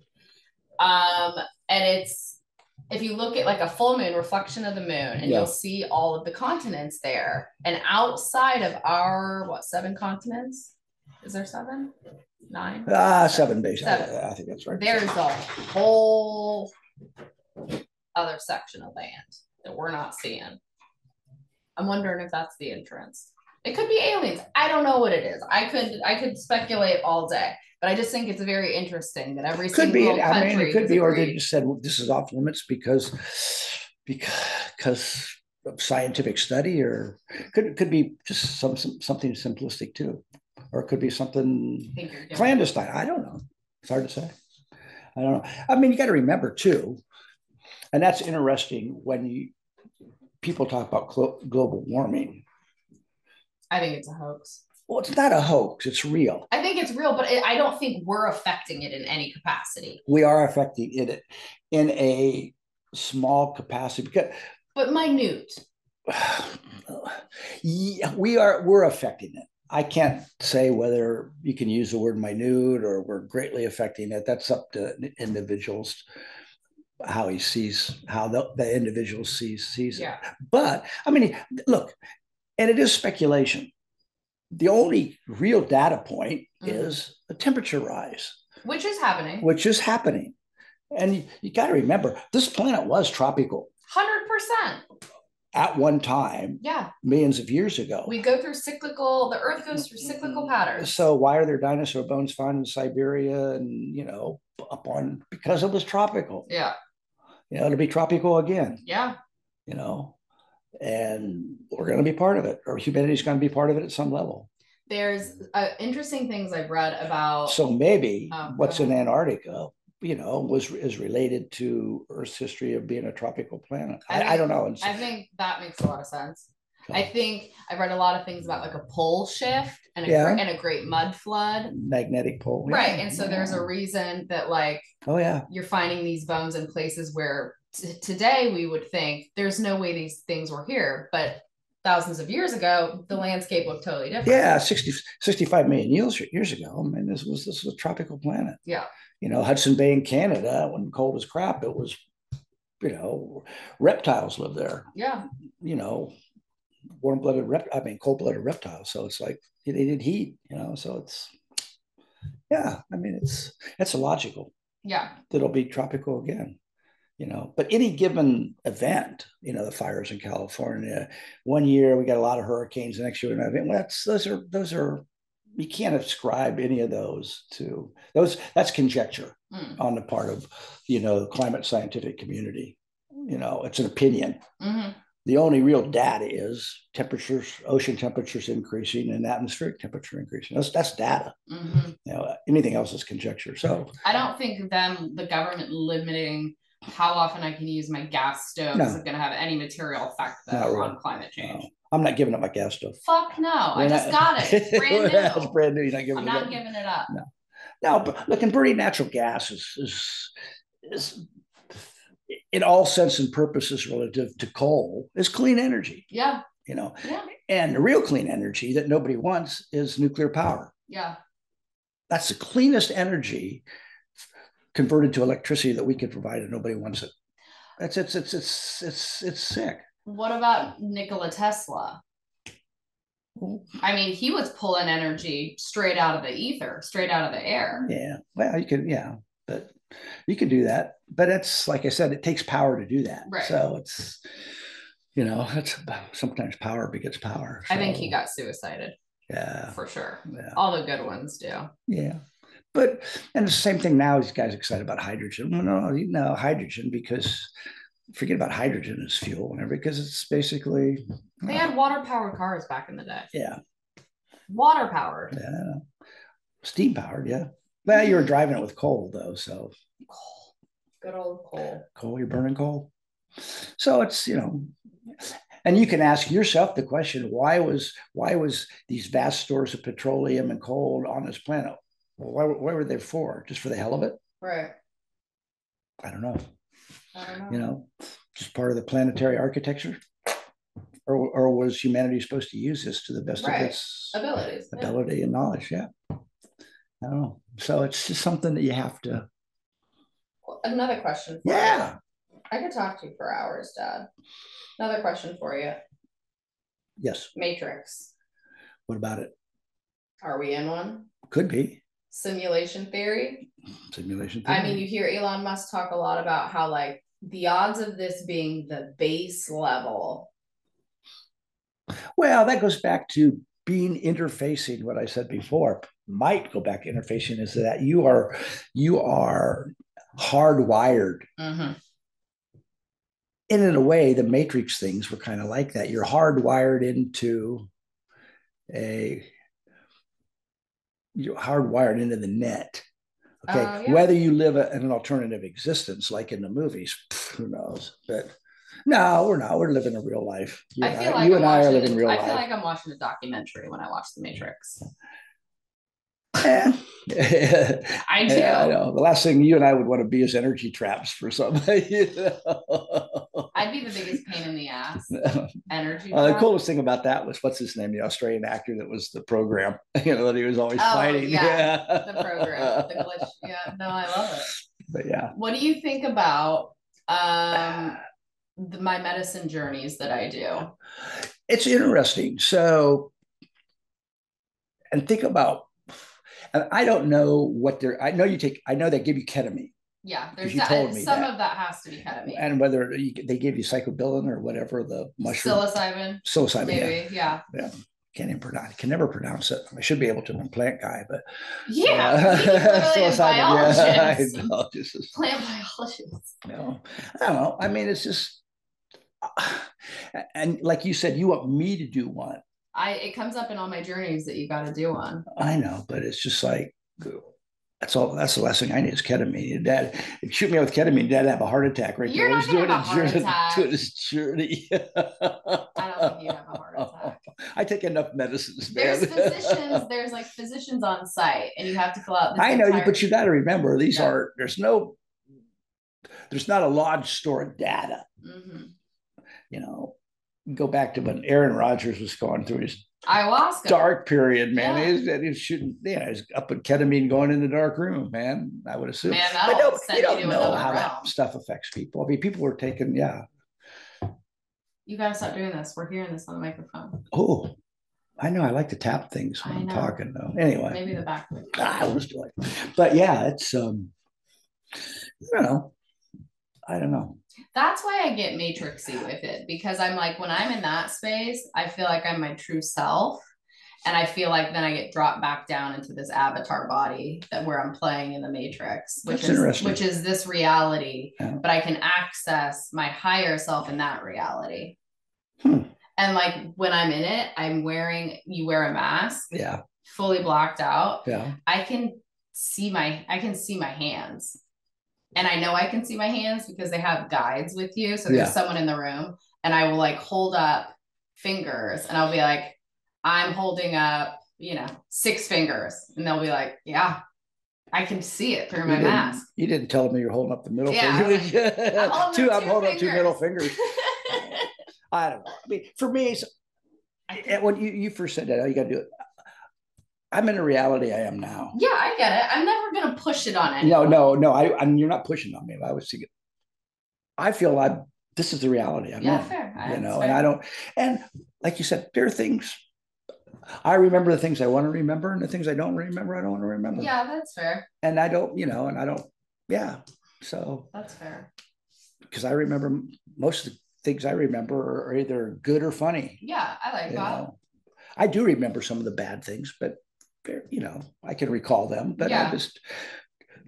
Speaker 2: Um, and it's if you look at like a full moon reflection of the moon, and
Speaker 1: Yeah.
Speaker 2: you'll see all of the continents there. And outside of our what seven continents? Is there seven? Nine?
Speaker 1: Ah, seven days.
Speaker 2: Seven.
Speaker 1: I, I think that's right.
Speaker 2: There's a whole other section of land that we're not seeing. I'm wondering if that's the entrance. It could be aliens. I don't know what it is. I could I could speculate all day, but I just think it's very interesting that every
Speaker 1: could be
Speaker 2: single
Speaker 1: i
Speaker 2: country
Speaker 1: mean it could
Speaker 2: has
Speaker 1: be or they
Speaker 2: agreed.
Speaker 1: just said well, this is off limits because because because of scientific study or could could be just some, some something simplistic too or it could be something
Speaker 2: I think you're giving-
Speaker 1: clandestine i don't know it's hard to say i don't know i mean you got to remember too and that's interesting when you people talk about glo- global warming
Speaker 2: I think it's a hoax.
Speaker 1: Well, it's not a hoax. It's real.
Speaker 2: I think it's real, but it, I don't think we're affecting it in any capacity.
Speaker 1: We are affecting it in a small capacity because
Speaker 2: But minute.
Speaker 1: [SIGHS] yeah, we are we're affecting it. I can't say whether you can use the word minute or we're greatly affecting it. That's up to individuals how he sees how the, the individual sees sees it.
Speaker 2: Yeah.
Speaker 1: But I mean, look, and it is speculation. The only real data point
Speaker 2: Mhm.
Speaker 1: is the temperature rise,
Speaker 2: Which is happening.
Speaker 1: which is happening. And you, you got to remember, this planet was tropical
Speaker 2: 100%.
Speaker 1: at one time,
Speaker 2: Yeah.
Speaker 1: millions of years ago.
Speaker 2: We go through cyclical, the earth goes through cyclical
Speaker 1: Mm-hmm.
Speaker 2: patterns.
Speaker 1: so why are there dinosaur bones found in Siberia and you know up on because it was tropical.
Speaker 2: Yeah.
Speaker 1: You know, it'll be tropical again.
Speaker 2: Yeah.
Speaker 1: you know, and we're going to be part of it, or humanity's going to be part of it at some level.
Speaker 2: There's uh, interesting things I've read about.
Speaker 1: So maybe
Speaker 2: Oh,
Speaker 1: what's
Speaker 2: go
Speaker 1: in
Speaker 2: ahead.
Speaker 1: Antarctica, you know, was is related to Earth's history of being a tropical planet. I,
Speaker 2: I
Speaker 1: I, don't know. It's-
Speaker 2: I think that makes a lot of sense. I think I read a lot of things about like a pole shift and a,
Speaker 1: Yeah.
Speaker 2: gre- and a great mud flood.
Speaker 1: magnetic pole, yeah.
Speaker 2: Right. And so there's a reason that like
Speaker 1: oh yeah,
Speaker 2: you're finding these bones in places where t- today we would think there's no way these things were here, but thousands of years ago the landscape looked totally different.
Speaker 1: yeah, 60, 65 million years years ago. I mean, this was this was a tropical planet.
Speaker 2: Yeah.
Speaker 1: you know, Hudson Bay in Canada, when cold as crap, it was, you know, reptiles lived there.
Speaker 2: Yeah.
Speaker 1: you know, warm-blooded rep I mean cold-blooded reptiles. So it's like they did heat, you know. So it's yeah, I mean it's it's illogical
Speaker 2: Yeah.
Speaker 1: that it'll be tropical again. You know, but any given event, you know, the fires in California, one year we got a lot of hurricanes, the next year we don't have any. Well, that's those are those are you can't ascribe any of those to those that's conjecture
Speaker 2: Mm.
Speaker 1: on the part of you know the climate scientific community. You know, it's an opinion
Speaker 2: hmm
Speaker 1: the only real data is temperatures, ocean temperatures increasing and atmospheric temperature increasing. That's, that's data.
Speaker 2: hmm
Speaker 1: You know, anything else is conjecture. So
Speaker 2: I don't think them the government limiting how often I can use my gas stove
Speaker 1: No.
Speaker 2: isn't going to have any material effect
Speaker 1: Not
Speaker 2: though,
Speaker 1: really.
Speaker 2: on climate
Speaker 1: you
Speaker 2: change.
Speaker 1: know, uh, I'm not giving up my gas stove.
Speaker 2: Fuck no! I
Speaker 1: We're
Speaker 2: just
Speaker 1: not-
Speaker 2: got it.
Speaker 1: [LAUGHS]
Speaker 2: It's
Speaker 1: It's
Speaker 2: brand
Speaker 1: brand new. You're
Speaker 2: new.
Speaker 1: not giving
Speaker 2: I'm
Speaker 1: it
Speaker 2: not
Speaker 1: up.
Speaker 2: giving it up.
Speaker 1: No, but look, and burning natural gas is, is, is in all sense and purposes relative to coal is clean energy,
Speaker 2: Yeah,
Speaker 1: you know,
Speaker 2: yeah,
Speaker 1: and the real clean energy that nobody wants is nuclear power.
Speaker 2: yeah,
Speaker 1: That's the cleanest energy converted to electricity that we could provide, and nobody wants it. It's it's it's it's it's it's sick.
Speaker 2: What about Nikola Tesla? I mean, he was pulling energy straight out of the ether, straight out of the air.
Speaker 1: Yeah. Well, you could yeah, but you could do that. But it's like I said, it takes power to do that.
Speaker 2: Right.
Speaker 1: So it's you know, it's sometimes power begets power.
Speaker 2: I think
Speaker 1: So,
Speaker 2: he got suicided
Speaker 1: yeah,
Speaker 2: for sure.
Speaker 1: yeah,
Speaker 2: All the good ones do.
Speaker 1: yeah. But and the same thing now. These guys excited about hydrogen. No, no, no, hydrogen because forget about hydrogen as fuel and everything because it's basically
Speaker 2: They had water powered cars back in the day.
Speaker 1: yeah.
Speaker 2: Water powered.
Speaker 1: Yeah, I know. steam powered. Yeah. Well, you were driving it with coal though, so
Speaker 2: Coal. Good old coal.
Speaker 1: coal, you're burning coal. So it's you know, and you can ask yourself the question: Why was why was these vast stores of petroleum and coal on this planet? Well, why, were- why were they for? Just for the hell of it?
Speaker 2: Right.
Speaker 1: I don't know.
Speaker 2: I don't
Speaker 1: You know, just part of the planetary architecture, or or was humanity supposed to use this to the best
Speaker 2: Right.
Speaker 1: of its
Speaker 2: abilities. yeah.
Speaker 1: ability and knowledge? Yeah. I don't know. So it's just something that you have to.
Speaker 2: Another question. for you.
Speaker 1: Yeah.
Speaker 2: I could talk to you for hours, Dad. Another question for you.
Speaker 1: Yes.
Speaker 2: Matrix.
Speaker 1: What about it?
Speaker 2: Are we in one?
Speaker 1: Could be
Speaker 2: Simulation theory.
Speaker 1: simulation.
Speaker 2: I
Speaker 1: theory.
Speaker 2: mean, you hear Elon Musk talk a lot about how, like, the odds of this being the base level.
Speaker 1: well, that goes back to being interfacing. What I said before might go back to interfacing is that you are you are hardwired. And in a way, the matrix things were kind of like that. You're hardwired into a you're hardwired into the net. Okay.
Speaker 2: Oh, yeah.
Speaker 1: Whether you live a- in an alternative existence, like in the movies, pff, who knows? But No, we're not. We're living a real life. You,
Speaker 2: I
Speaker 1: and
Speaker 2: feel
Speaker 1: I-
Speaker 2: like
Speaker 1: you
Speaker 2: I'm
Speaker 1: and I are
Speaker 2: watching-
Speaker 1: living real
Speaker 2: I feel
Speaker 1: life.
Speaker 2: like I'm watching a documentary when I watch The Matrix. [LAUGHS]
Speaker 1: Eh.
Speaker 2: I do.
Speaker 1: Yeah, I know. The last thing you and I would want to be is energy traps for somebody. [LAUGHS] You Uh, know?
Speaker 2: I'd be the biggest pain in the
Speaker 1: [LAUGHS]
Speaker 2: ass. Energy.
Speaker 1: Uh, the
Speaker 2: drop.
Speaker 1: coolest thing about that was what's his name, the Australian actor that was the program, [LAUGHS] you know, that he was always
Speaker 2: Oh,
Speaker 1: fighting.
Speaker 2: yeah.
Speaker 1: Yeah.
Speaker 2: The program, the glitch. Yeah, no, I love it.
Speaker 1: [LAUGHS] But yeah.
Speaker 2: What do you think about um the, my medicine journeys that I do?
Speaker 1: it's interesting. So, and think about, and I don't know what they're, I know you take, I know they give you ketamine
Speaker 2: Yeah, there's
Speaker 1: You
Speaker 2: that,
Speaker 1: told me
Speaker 2: some
Speaker 1: that.
Speaker 2: of that has to be ketamine.
Speaker 1: and whether you, they give you psychobilin or whatever the mushroom.
Speaker 2: Psilocybin,
Speaker 1: Psilocybin. yeah.
Speaker 2: maybe. Yeah.
Speaker 1: Can't even pronounce, can never pronounce it. I should be able to, I'm a plant guy, but.
Speaker 2: Yeah.
Speaker 1: [LAUGHS]
Speaker 2: we literally have
Speaker 1: uh, psilocybin, yeah, [LAUGHS]
Speaker 2: biologists.
Speaker 1: I know, this is-
Speaker 2: [LAUGHS] Plant biologists.
Speaker 1: you know, I don't know. I mean, it's just, [SIGHS] and like you said, you want me to do one.
Speaker 2: I it comes up in all my journeys that you got to do one.
Speaker 1: I know, but it's just like that's all. That's the last thing I need is ketamine. Your dad if you shoot me with ketamine. Dad have a heart attack right
Speaker 2: You're
Speaker 1: there.
Speaker 2: not
Speaker 1: He's [LAUGHS] doing
Speaker 2: gonna have a
Speaker 1: his journey.
Speaker 2: heart
Speaker 1: Doing his journey. [LAUGHS]
Speaker 2: I don't think you have a heart
Speaker 1: Oh,
Speaker 2: attack.
Speaker 1: I take enough medicines, man. [LAUGHS]
Speaker 2: There's physicians. There's like physicians on site, and you have to fill out. This
Speaker 1: I know you,
Speaker 2: entire-
Speaker 1: but you got to remember these
Speaker 2: Yeah.
Speaker 1: are there's no there's not a large store of data.
Speaker 2: Mhm.
Speaker 1: You know, go back to when Aaron Rodgers was going through his
Speaker 2: ayahuasca.
Speaker 1: dark period, man.
Speaker 2: Yeah.
Speaker 1: He was, he was shooting, you know, he was up with ketamine going in the dark room, man. I would assume.
Speaker 2: Man,
Speaker 1: But
Speaker 2: that'll
Speaker 1: no,
Speaker 2: send
Speaker 1: you
Speaker 2: you,
Speaker 1: don't
Speaker 2: to
Speaker 1: know
Speaker 2: another
Speaker 1: how
Speaker 2: realm.
Speaker 1: that stuff affects people. I mean, people are taking, yeah.
Speaker 2: You gotta stop doing this. We're hearing this on the microphone.
Speaker 1: Oh, I know. I like to tap things when
Speaker 2: I
Speaker 1: I'm
Speaker 2: know.
Speaker 1: talking, though. Anyway,
Speaker 2: Maybe the back. one.
Speaker 1: I was doing, but yeah, it's um, I don't know. I don't know.
Speaker 2: That's why I get matrixy with it because I'm like when I'm in that space, I feel like I'm my true self. And I feel like then I get dropped back down into this avatar body that where I'm playing in the matrix, which
Speaker 1: That's
Speaker 2: is
Speaker 1: interesting.
Speaker 2: which is this reality,
Speaker 1: Yeah.
Speaker 2: but I can access my higher self in that reality.
Speaker 1: Hmm.
Speaker 2: And like when I'm in it, I'm wearing you wear a mask,
Speaker 1: Yeah,
Speaker 2: fully blocked out.
Speaker 1: yeah.
Speaker 2: I can see my I can see my hands. And I know I can see my hands because they have guides with you. So there's
Speaker 1: Yeah.
Speaker 2: someone in the room and I will like hold up fingers and I'll be like, I'm holding up, you know, six fingers. And they'll be like, Yeah, I can see it through
Speaker 1: You
Speaker 2: my
Speaker 1: didn't-
Speaker 2: mask. [LAUGHS]
Speaker 1: You didn't tell me you're holding up the middle
Speaker 2: Yeah,
Speaker 1: finger.
Speaker 2: I'm
Speaker 1: did you? [LAUGHS]
Speaker 2: I'm holding
Speaker 1: two,
Speaker 2: up
Speaker 1: I'm
Speaker 2: two
Speaker 1: holding up two middle fingers.
Speaker 2: fingers.
Speaker 1: I don't know. I mean, for me, it's And when you, you first said that, oh, you got to do it. I'm in the reality I am now.
Speaker 2: yeah, I get it. I'm never gonna push it on anyone.
Speaker 1: No, no, no. I, I mean, you're not pushing on me. but I was thinking, I feel like this is the reality I'm
Speaker 2: Yeah,
Speaker 1: in,
Speaker 2: fair.
Speaker 1: you
Speaker 2: that's
Speaker 1: know,
Speaker 2: fair.
Speaker 1: and I don't, and like you said, there are things I remember the things I want to remember and the things I don't remember, I don't want to remember.
Speaker 2: Yeah, that's fair.
Speaker 1: And I don't, you know, and I don't, yeah. So,
Speaker 2: That's fair.
Speaker 1: because I remember most of the things I remember are either good or funny.
Speaker 2: Yeah, I like
Speaker 1: you
Speaker 2: that.
Speaker 1: know. I do remember some of the bad things, but they're- you know, I can recall them, but
Speaker 2: Yeah.
Speaker 1: I just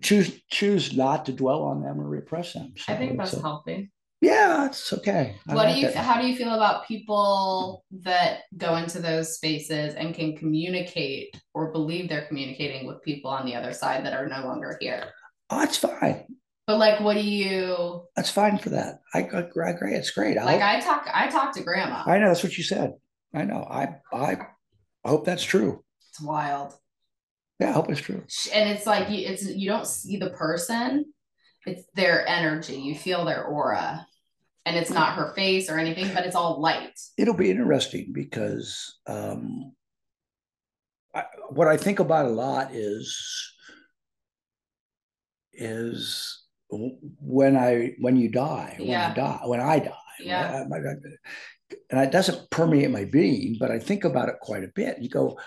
Speaker 1: choose choose not to dwell on them or repress them. So
Speaker 2: I think that's
Speaker 1: it's a-
Speaker 2: healthy.
Speaker 1: yeah, it's okay. I
Speaker 2: what
Speaker 1: like
Speaker 2: do you
Speaker 1: it.
Speaker 2: how do you feel about people that go into those spaces and can communicate or believe they're communicating with people on the other side that are no longer here
Speaker 1: oh, it's fine.
Speaker 2: but like what do you
Speaker 1: That's fine for that. I, I, I agree. It's great. I,
Speaker 2: like
Speaker 1: hope-
Speaker 2: i talk i talk to grandma
Speaker 1: I know that's what you said. I know. I I hope that's true.
Speaker 2: it's wild
Speaker 1: Yeah, I hope it's true.
Speaker 2: Sh- and it's like you it's you don't see the person it's their energy you feel their aura and it's not her face or anything but it's all light
Speaker 1: it'll be interesting because um, I, what I think about a lot is is w- when I when you die, when
Speaker 2: Yeah.
Speaker 1: I die, when I die,
Speaker 2: yeah
Speaker 1: uh, my God. and it doesn't permeate my being, but I think about it quite a bit. You go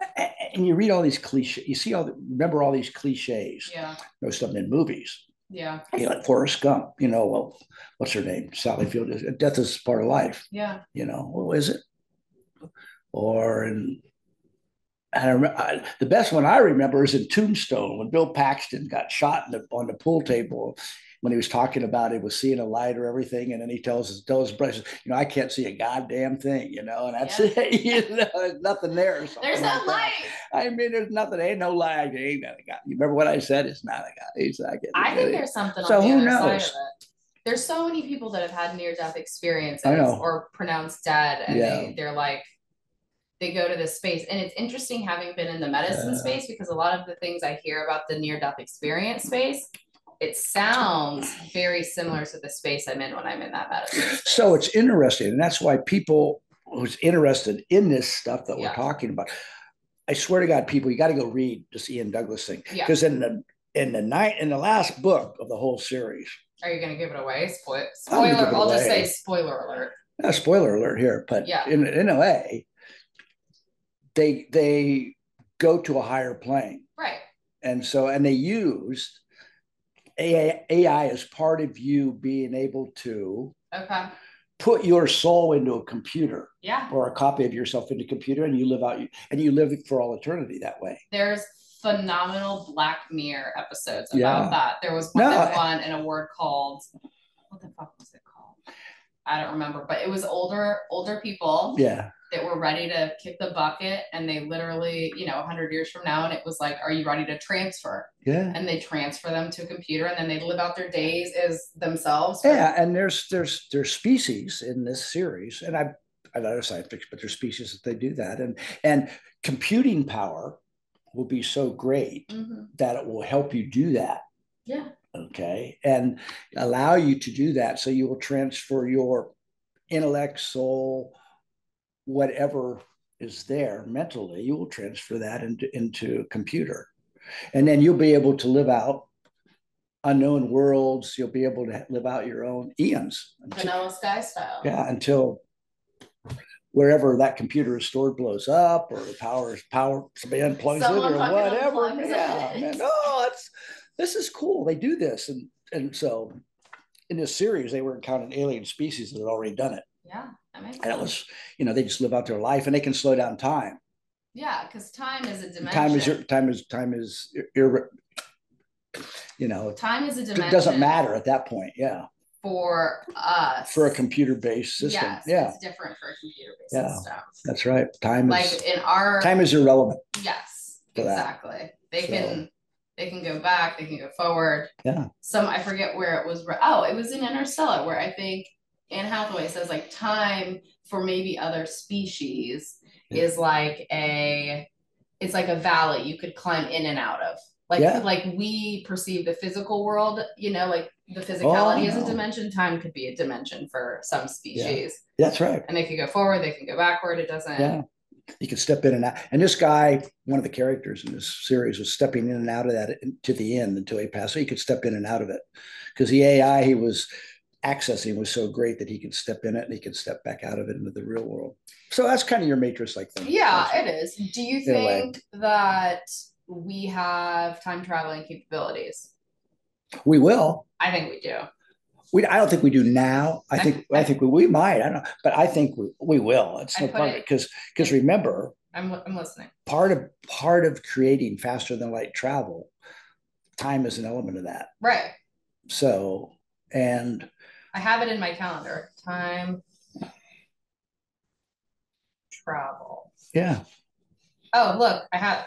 Speaker 1: a- a- and you read all these cliches, you see all the, remember all these cliches,
Speaker 2: yeah
Speaker 1: most of them in movies
Speaker 2: [LAUGHS] yeah
Speaker 1: you know, like Forrest Gump, you know, well, what's her name? Sally Field. uh, Death is part of life,
Speaker 2: yeah
Speaker 1: you know. Well, is it? Or in, and I, rem- I, the best one I remember is in Tombstone when Bill Paxton got shot in the, on the pool table when he was talking about it was seeing a light or everything, and then he tells his tells his brother, you know, I can't see a goddamn thing, you know, and that's
Speaker 2: Yeah.
Speaker 1: it, [LAUGHS] you know, there's nothing there. or something
Speaker 2: there's
Speaker 1: like
Speaker 2: no
Speaker 1: that.
Speaker 2: light
Speaker 1: I mean, there's nothing. Ain't no lie. There ain't not a god. You remember what I said? It's not a god. It's not a god.
Speaker 2: i think there's something
Speaker 1: So
Speaker 2: on the
Speaker 1: who
Speaker 2: other side
Speaker 1: knows?
Speaker 2: of it There's so many people that have had near death experiences
Speaker 1: I know.
Speaker 2: or pronounced dead, and
Speaker 1: Yeah.
Speaker 2: they, they're like, they go to this space. And it's interesting having been in the medicine
Speaker 1: Yeah.
Speaker 2: space because a lot of the things I hear about the near death experience space, it sounds very similar to the space I'm in when I'm in that
Speaker 1: [LAUGHS]
Speaker 2: medicine.
Speaker 1: So it's interesting, and that's why people who's interested in this stuff that
Speaker 2: Yeah.
Speaker 1: we're talking about. I swear to God, people, you got to go read this Ian Douglas thing
Speaker 2: Yeah.
Speaker 1: because in the in the night in the last book of the whole series,
Speaker 2: Are you going to give it away? Spoil-
Speaker 1: I'm
Speaker 2: spoiler.
Speaker 1: gonna give it
Speaker 2: I'll just
Speaker 1: away.
Speaker 2: say spoiler alert.
Speaker 1: uh, spoiler alert here, but
Speaker 2: Yeah.
Speaker 1: in in a way, they they go to a higher plane,
Speaker 2: Right.
Speaker 1: and so and they used AI, AI as part of you being able to
Speaker 2: Okay.
Speaker 1: put your soul into a computer
Speaker 2: Yeah.
Speaker 1: or a copy of yourself in the computer and you live out and you live for all eternity that way
Speaker 2: There's phenomenal Black Mirror episodes
Speaker 1: Yeah.
Speaker 2: about that. There was one
Speaker 1: No,
Speaker 2: that
Speaker 1: I-
Speaker 2: won an award called what the fuck was it called? I don't remember, but it was older older people
Speaker 1: yeah
Speaker 2: that were ready to kick the bucket, and they literally, you know, 100 years from now, and it was like, "Are you ready to transfer?"
Speaker 1: yeah
Speaker 2: And they transfer them to a computer, and then they live out their days as themselves.
Speaker 1: yeah and there's there's there's species in this series and i i know it's science fiction but there's species that they do that and and computing power will be so great
Speaker 2: Mhm.
Speaker 1: that it will help you do that
Speaker 2: Yeah.
Speaker 1: okay and allow you to do that so you will transfer your intellect soul whatever is there mentally you will transfer that into into a computer and then you'll be able to live out unknown worlds you'll be able to live out your own eons until,
Speaker 2: Vanilla Sky style.
Speaker 1: yeah until wherever that computer is stored blows up or the power is power somebody unplugs
Speaker 2: Someone
Speaker 1: it or
Speaker 2: fucking
Speaker 1: whatever
Speaker 2: unplugs it.
Speaker 1: yeah man. oh that's this is cool they do this and and so in this series they were encountering alien species that had already done it
Speaker 2: Yeah, that makes
Speaker 1: and it
Speaker 2: sense.
Speaker 1: was you know they just live out their life and they can slow down time
Speaker 2: Yeah, because time is a dimension.
Speaker 1: time is your time is time is ir- you know it
Speaker 2: time is a dimension.
Speaker 1: doesn't matter at that point yeah
Speaker 2: for us
Speaker 1: for a computer based system
Speaker 2: Yes,
Speaker 1: yeah
Speaker 2: it's different for a computer-based
Speaker 1: Yeah.
Speaker 2: system.
Speaker 1: that's right time
Speaker 2: Like
Speaker 1: is
Speaker 2: in our
Speaker 1: time is irrelevant
Speaker 2: yes,
Speaker 1: for that.
Speaker 2: exactly. They
Speaker 1: So-
Speaker 2: can they can go back. They can go forward.
Speaker 1: Yeah.
Speaker 2: Some I forget where it was. re- Oh, it was in Interstellar where I think Anne Hathaway says like time for maybe other species
Speaker 1: Yeah.
Speaker 2: is like a it's like a valley you could climb in and out of. Like
Speaker 1: Yeah.
Speaker 2: like we perceive the physical world, you know, like the
Speaker 1: Oh,
Speaker 2: physicality is a
Speaker 1: no.
Speaker 2: dimension. Time could be a dimension for some species
Speaker 1: that's right
Speaker 2: and they can go forward, they can go backward. It doesn't.
Speaker 1: Yeah. You can step in and out. And this guy, one of the characters in this series, was stepping in and out of that to the end until he passed. So he could step in and out of it because the AI he was accessing was so great that he could step in it and he could step back out of it into the real world. So that's kind of your matrix like thing.
Speaker 2: Yeah, it is. Do you
Speaker 1: In a way.
Speaker 2: think that we have time traveling capabilities?
Speaker 1: We will.
Speaker 2: I think we do.
Speaker 1: We, I don't think we do now. I think I think we, we might. I don't know, but I think we, we will. It's
Speaker 2: I
Speaker 1: no
Speaker 2: put
Speaker 1: part
Speaker 2: it-
Speaker 1: because because remember
Speaker 2: I'm, I'm listening.
Speaker 1: part of part of creating faster than light travel, time is an element of that.
Speaker 2: Right.
Speaker 1: So and
Speaker 2: I have it in my calendar. Time travel.
Speaker 1: yeah,
Speaker 2: Oh, look, I have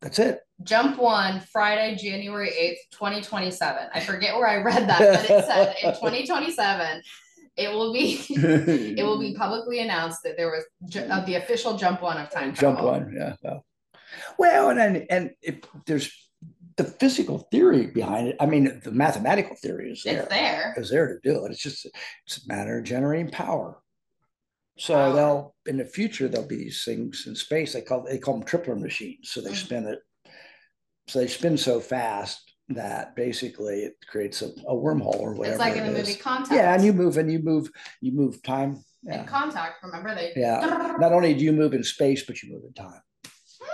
Speaker 1: that's it.
Speaker 2: jump one Friday, January 8th, 2027. I forget where I read that, but it said
Speaker 1: [LAUGHS]
Speaker 2: in 2027, it will be. It
Speaker 1: it
Speaker 2: will be publicly announced that there was ju- uh, the official jump one of time travel.
Speaker 1: jump one. Yeah. Well, well and and, and if there's the physical theory behind it. I mean, the mathematical theory is there.
Speaker 2: It's there.
Speaker 1: Is there to do it. It's just it's a matter of generating power. So
Speaker 2: Power.
Speaker 1: they'll in the future there'll be these things in space. They call they call them tripler machines. So they
Speaker 2: Mhm.
Speaker 1: spin it. So they spin so fast that basically it creates a, a wormhole or whatever.
Speaker 2: It's like in
Speaker 1: it
Speaker 2: the
Speaker 1: is.
Speaker 2: movie Contact.
Speaker 1: Yeah, and you move and you move you move time.
Speaker 2: In
Speaker 1: Yeah.
Speaker 2: Contact, remember they.
Speaker 1: Yeah. Not only do you move in space, but you move in time.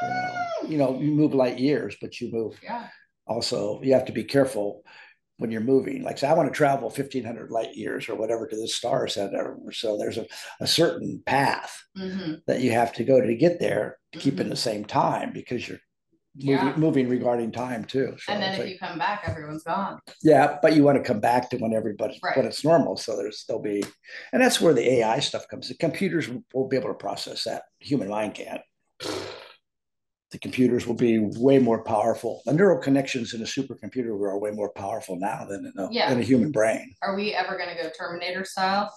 Speaker 1: You know, you, know, you move light years, but you move
Speaker 2: [LAUGHS] Yeah.
Speaker 1: also. You have to be careful when you're moving. Like, say, I want to travel 1,500 light years or whatever to this star set. or- So there's a, a certain path
Speaker 2: Mhm.
Speaker 1: that you have to go to get there to keep in
Speaker 2: Mhm.
Speaker 1: the same time because you're. Moving,
Speaker 2: Yeah.
Speaker 1: moving regarding time too. So
Speaker 2: And then
Speaker 1: it's
Speaker 2: if
Speaker 1: like-
Speaker 2: you come back, everyone's gone.
Speaker 1: yeah, but you want to come back to when everybody
Speaker 2: Right.
Speaker 1: when it's normal. So there's there'll be, and that's where the AI stuff comes. The computers will be able to process that. Human mind can't. the computers will be way more powerful. The neural connections in a supercomputer are way more powerful now than in a,
Speaker 2: Yeah.
Speaker 1: than a human brain.
Speaker 2: Are we ever going to go Terminator style?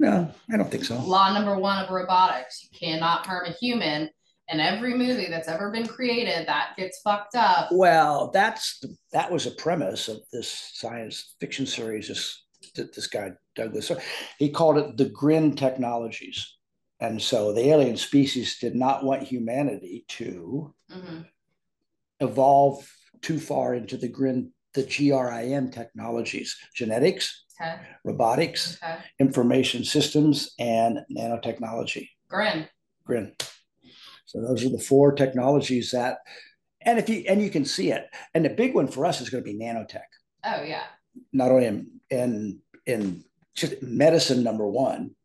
Speaker 1: No, I don't think so.
Speaker 2: Law number one of robotics: you cannot harm a human. And every movie that's ever been created that gets fucked up.
Speaker 1: Well, that's that was a premise of this science fiction series. This that this guy Douglas he called it the Grin Technologies, and so the alien species did not want humanity to
Speaker 2: Mhm.
Speaker 1: evolve too far into the Grin the GRIN technologies, genetics,
Speaker 2: Okay.
Speaker 1: robotics,
Speaker 2: Okay.
Speaker 1: information systems, and nanotechnology.
Speaker 2: Grin.
Speaker 1: grin. So those are the four technologies that, and if you and you can see it. And the big one for us is going to be nanotech,
Speaker 2: Oh yeah.
Speaker 1: not only in in, in just medicine number one.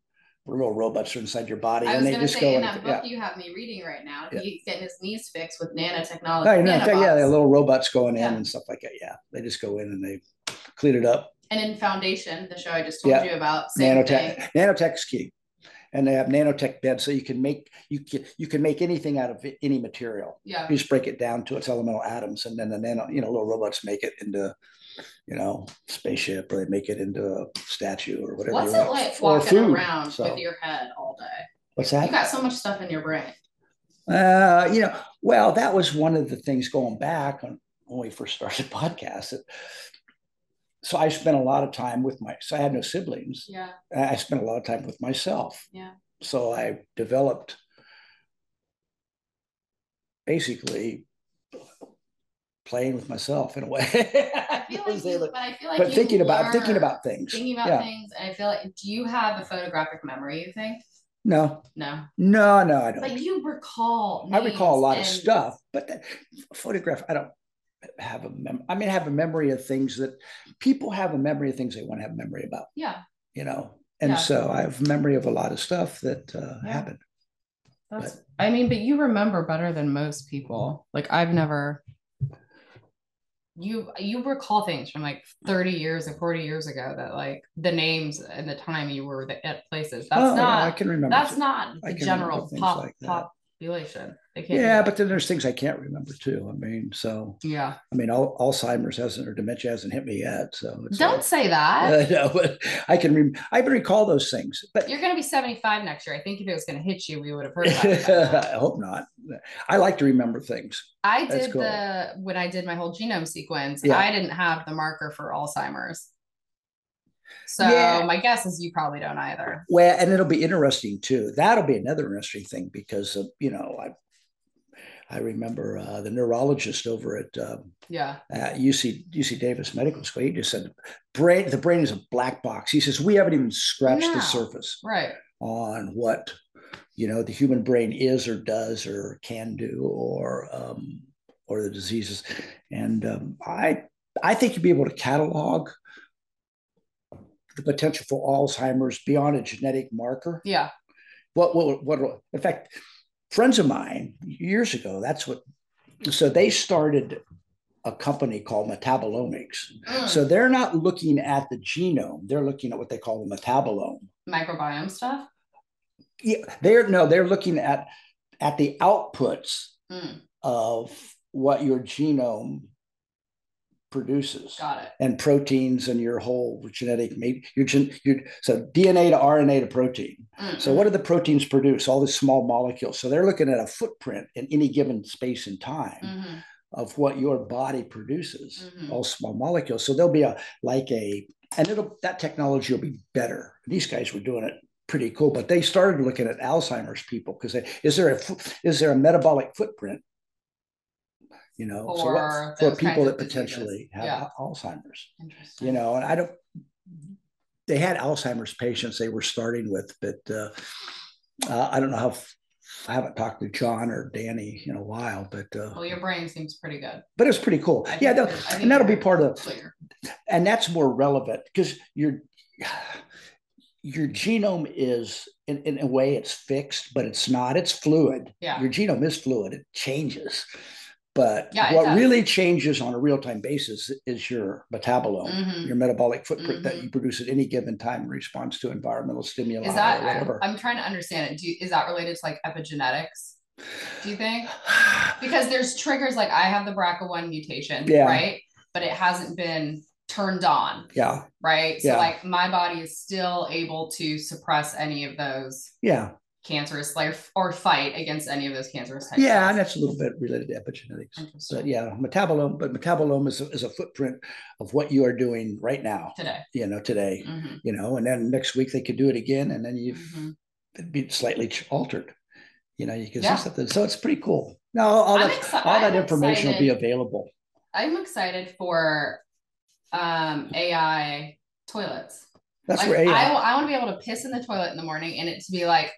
Speaker 1: Little robots are inside your body,
Speaker 2: I
Speaker 1: and
Speaker 2: was
Speaker 1: they
Speaker 2: going to
Speaker 1: just
Speaker 2: say
Speaker 1: go.
Speaker 2: in
Speaker 1: and-
Speaker 2: that
Speaker 1: yeah.
Speaker 2: book you have me reading right now,
Speaker 1: Yeah.
Speaker 2: he's getting his knees fixed with nanotechnology.
Speaker 1: No, you know, Oh, yeah,
Speaker 2: nanobots.
Speaker 1: the little robots going in
Speaker 2: Yeah.
Speaker 1: and stuff like that. Yeah, they just go in and they clean it up.
Speaker 2: and in Foundation, the show I just told
Speaker 1: Yeah.
Speaker 2: you about, same
Speaker 1: nanotech,
Speaker 2: thing.
Speaker 1: nanotech is key, and they have nanotech beds, so you can make you can, you can make anything out of any material.
Speaker 2: Yeah.
Speaker 1: you just break it down to its elemental atoms and then the nano you know little robots make it into you know spaceship or they make it into a statue or whatever
Speaker 2: What's
Speaker 1: you
Speaker 2: it
Speaker 1: want.
Speaker 2: like
Speaker 1: Or
Speaker 2: walking
Speaker 1: food,
Speaker 2: around
Speaker 1: so.
Speaker 2: with your head all day?
Speaker 1: what's
Speaker 2: You
Speaker 1: that
Speaker 2: got so much stuff in your brain.
Speaker 1: uh you know well that was one of the things going back on when we first started the podcast that- so i spent a lot of time with my so i had no siblings
Speaker 2: Yeah.
Speaker 1: I I spent a lot of time with myself.
Speaker 2: Yeah.
Speaker 1: So I developed basically playing with myself in a way. [LAUGHS]
Speaker 2: I feel like you, but I feel like
Speaker 1: but
Speaker 2: you
Speaker 1: thinking about thinking
Speaker 2: learn
Speaker 1: about things.
Speaker 2: thinking about
Speaker 1: yeah.
Speaker 2: things, and I feel like do you have a photographic memory? You think?
Speaker 1: No,
Speaker 2: No.
Speaker 1: no, no, I don't.
Speaker 2: Like you recall.
Speaker 1: I recall a
Speaker 2: names
Speaker 1: lot of
Speaker 2: and-
Speaker 1: stuff, but that photograph, I don't have a mem- I mean, I have a memory of things that people have a memory of things they want to have a memory about,
Speaker 2: Yeah,
Speaker 1: you know? And
Speaker 2: Yeah.
Speaker 1: so I have memory of a lot of stuff that uh,
Speaker 2: Yeah.
Speaker 1: happened.
Speaker 2: that's. I mean, but you remember better than most people. Like I've never. You you recall things from like thirty years and forty years ago that like the names and the time you were th- at places. That's
Speaker 1: oh,
Speaker 2: not.
Speaker 1: I can remember.
Speaker 2: that's
Speaker 1: some-
Speaker 2: not
Speaker 1: I
Speaker 2: the
Speaker 1: can
Speaker 2: general
Speaker 1: remember things
Speaker 2: pop,
Speaker 1: like that.
Speaker 2: population. They can't do
Speaker 1: Yeah,
Speaker 2: that.
Speaker 1: but then there's things I can't remember too. I mean, so
Speaker 2: yeah.
Speaker 1: I mean, Al- Alzheimer's hasn't or dementia hasn't hit me yet. So Uh, it's
Speaker 2: Don't
Speaker 1: like-
Speaker 2: say that.
Speaker 1: [LAUGHS] I know, but I can rem- I can recall those things, but
Speaker 2: You're going to be 75 next year. I think if it was going to hit you, we would have
Speaker 1: [LAUGHS]
Speaker 2: heard about it. by now.
Speaker 1: I hope not. I like to remember things.
Speaker 2: I
Speaker 1: That's
Speaker 2: did
Speaker 1: cool.
Speaker 2: the when I did my whole genome sequence,
Speaker 1: Yeah.
Speaker 2: I didn't have the marker for Alzheimer's. So
Speaker 1: Yeah.
Speaker 2: my guess is you probably don't either.
Speaker 1: Well, and it'll be interesting too. That'll be another interesting thing because of, you know I I remember uh, the neurologist over at um,
Speaker 2: Yeah.
Speaker 1: at UC UC Davis Medical School. He just said brain the brain is a black box. He says we haven't even scratched
Speaker 2: No.
Speaker 1: the surface.
Speaker 2: Right.
Speaker 1: on what you know the human brain is or does or can do or um, or the diseases and um, i i think you'd be able to catalog the potential for alzheimer's beyond a genetic marker
Speaker 2: Yeah.
Speaker 1: what what what in fact friends of mine years ago that's what so they started a company called metabolomics
Speaker 2: Mm.
Speaker 1: so they're not looking at the genome they're looking at what they call the metabolome
Speaker 2: Microbiome stuff.
Speaker 1: yeah, they're no, they're looking at at the outputs
Speaker 2: Mm.
Speaker 1: of what your genome produces
Speaker 2: Got it.
Speaker 1: and proteins and your whole genetic maybe your gen your so DNA to RNA to protein.
Speaker 2: Mm.
Speaker 1: So what do the proteins produce? All these small molecules. So they're looking at a footprint in any given space and time
Speaker 2: Mhm.
Speaker 1: of what your body produces,
Speaker 2: Mhm.
Speaker 1: all small molecules. So there'll be a like a and it'll that technology will be better. These guys were doing it pretty cool, but they started looking at Alzheimer's people because they is there a fo- is there a metabolic footprint, you know, so what-
Speaker 2: For
Speaker 1: for
Speaker 2: those
Speaker 1: people
Speaker 2: kinds
Speaker 1: that
Speaker 2: of diseases.
Speaker 1: potentially have
Speaker 2: Yeah.
Speaker 1: Alzheimer's,
Speaker 2: Interesting.
Speaker 1: you know, and I don't. They had Alzheimer's patients they were starting with, but uh, uh, I don't know how. f- I haven't talked to John or Danny in a while, but uh,
Speaker 2: Well, your brain seems pretty good.
Speaker 1: but it's pretty cool.
Speaker 2: I
Speaker 1: yeah,
Speaker 2: think
Speaker 1: that-
Speaker 2: it- I think
Speaker 1: and that'll be
Speaker 2: you're
Speaker 1: part of,
Speaker 2: clear.
Speaker 1: and that's more relevant because your your genome is in, in a way it's fixed, but it's not. It's fluid.
Speaker 2: Yeah.
Speaker 1: Your genome is fluid. It changes, but
Speaker 2: Yeah, it
Speaker 1: what
Speaker 2: does.
Speaker 1: really changes on a real time basis is your metabolome.
Speaker 2: Mhm.
Speaker 1: Your metabolic footprint that
Speaker 2: Mhm.
Speaker 1: you produce at any given time in response to environmental stimuli
Speaker 2: Is
Speaker 1: or
Speaker 2: that
Speaker 1: whatever.
Speaker 2: I'm, I'm trying to understand it. Do you, is that related to like epigenetics? Do you think? Because there's triggers like I have the BRCA1 mutation,
Speaker 1: Yeah.
Speaker 2: right? But it hasn't been turned on,
Speaker 1: [SIGHS] Yeah.
Speaker 2: right? So
Speaker 1: Yeah.
Speaker 2: like my body is still able to suppress any of those
Speaker 1: Yeah.
Speaker 2: cancerous like or fight against any of those cancerous types.
Speaker 1: Yeah. And that's a little bit related to epigenetics. But
Speaker 2: Interesting.
Speaker 1: yeah, metabolome, but metabolome is a, is a footprint of what you are doing right now,
Speaker 2: Today.
Speaker 1: you know, today,
Speaker 2: Mhm,
Speaker 1: you know, and then next week they could do it again. And then you've
Speaker 2: mhm.
Speaker 1: it'd be slightly ch- altered. You know, you can
Speaker 2: Yeah.
Speaker 1: see something. So it's pretty cool. No, all
Speaker 2: I'm
Speaker 1: that,
Speaker 2: exci-
Speaker 1: all that
Speaker 2: I'm
Speaker 1: information will be
Speaker 2: excited.
Speaker 1: available.
Speaker 2: I'm excited for um AI toilets.
Speaker 1: That's
Speaker 2: like,
Speaker 1: where
Speaker 2: I,
Speaker 1: AI.
Speaker 2: I want to be able to piss in the toilet in the morning and it to be like,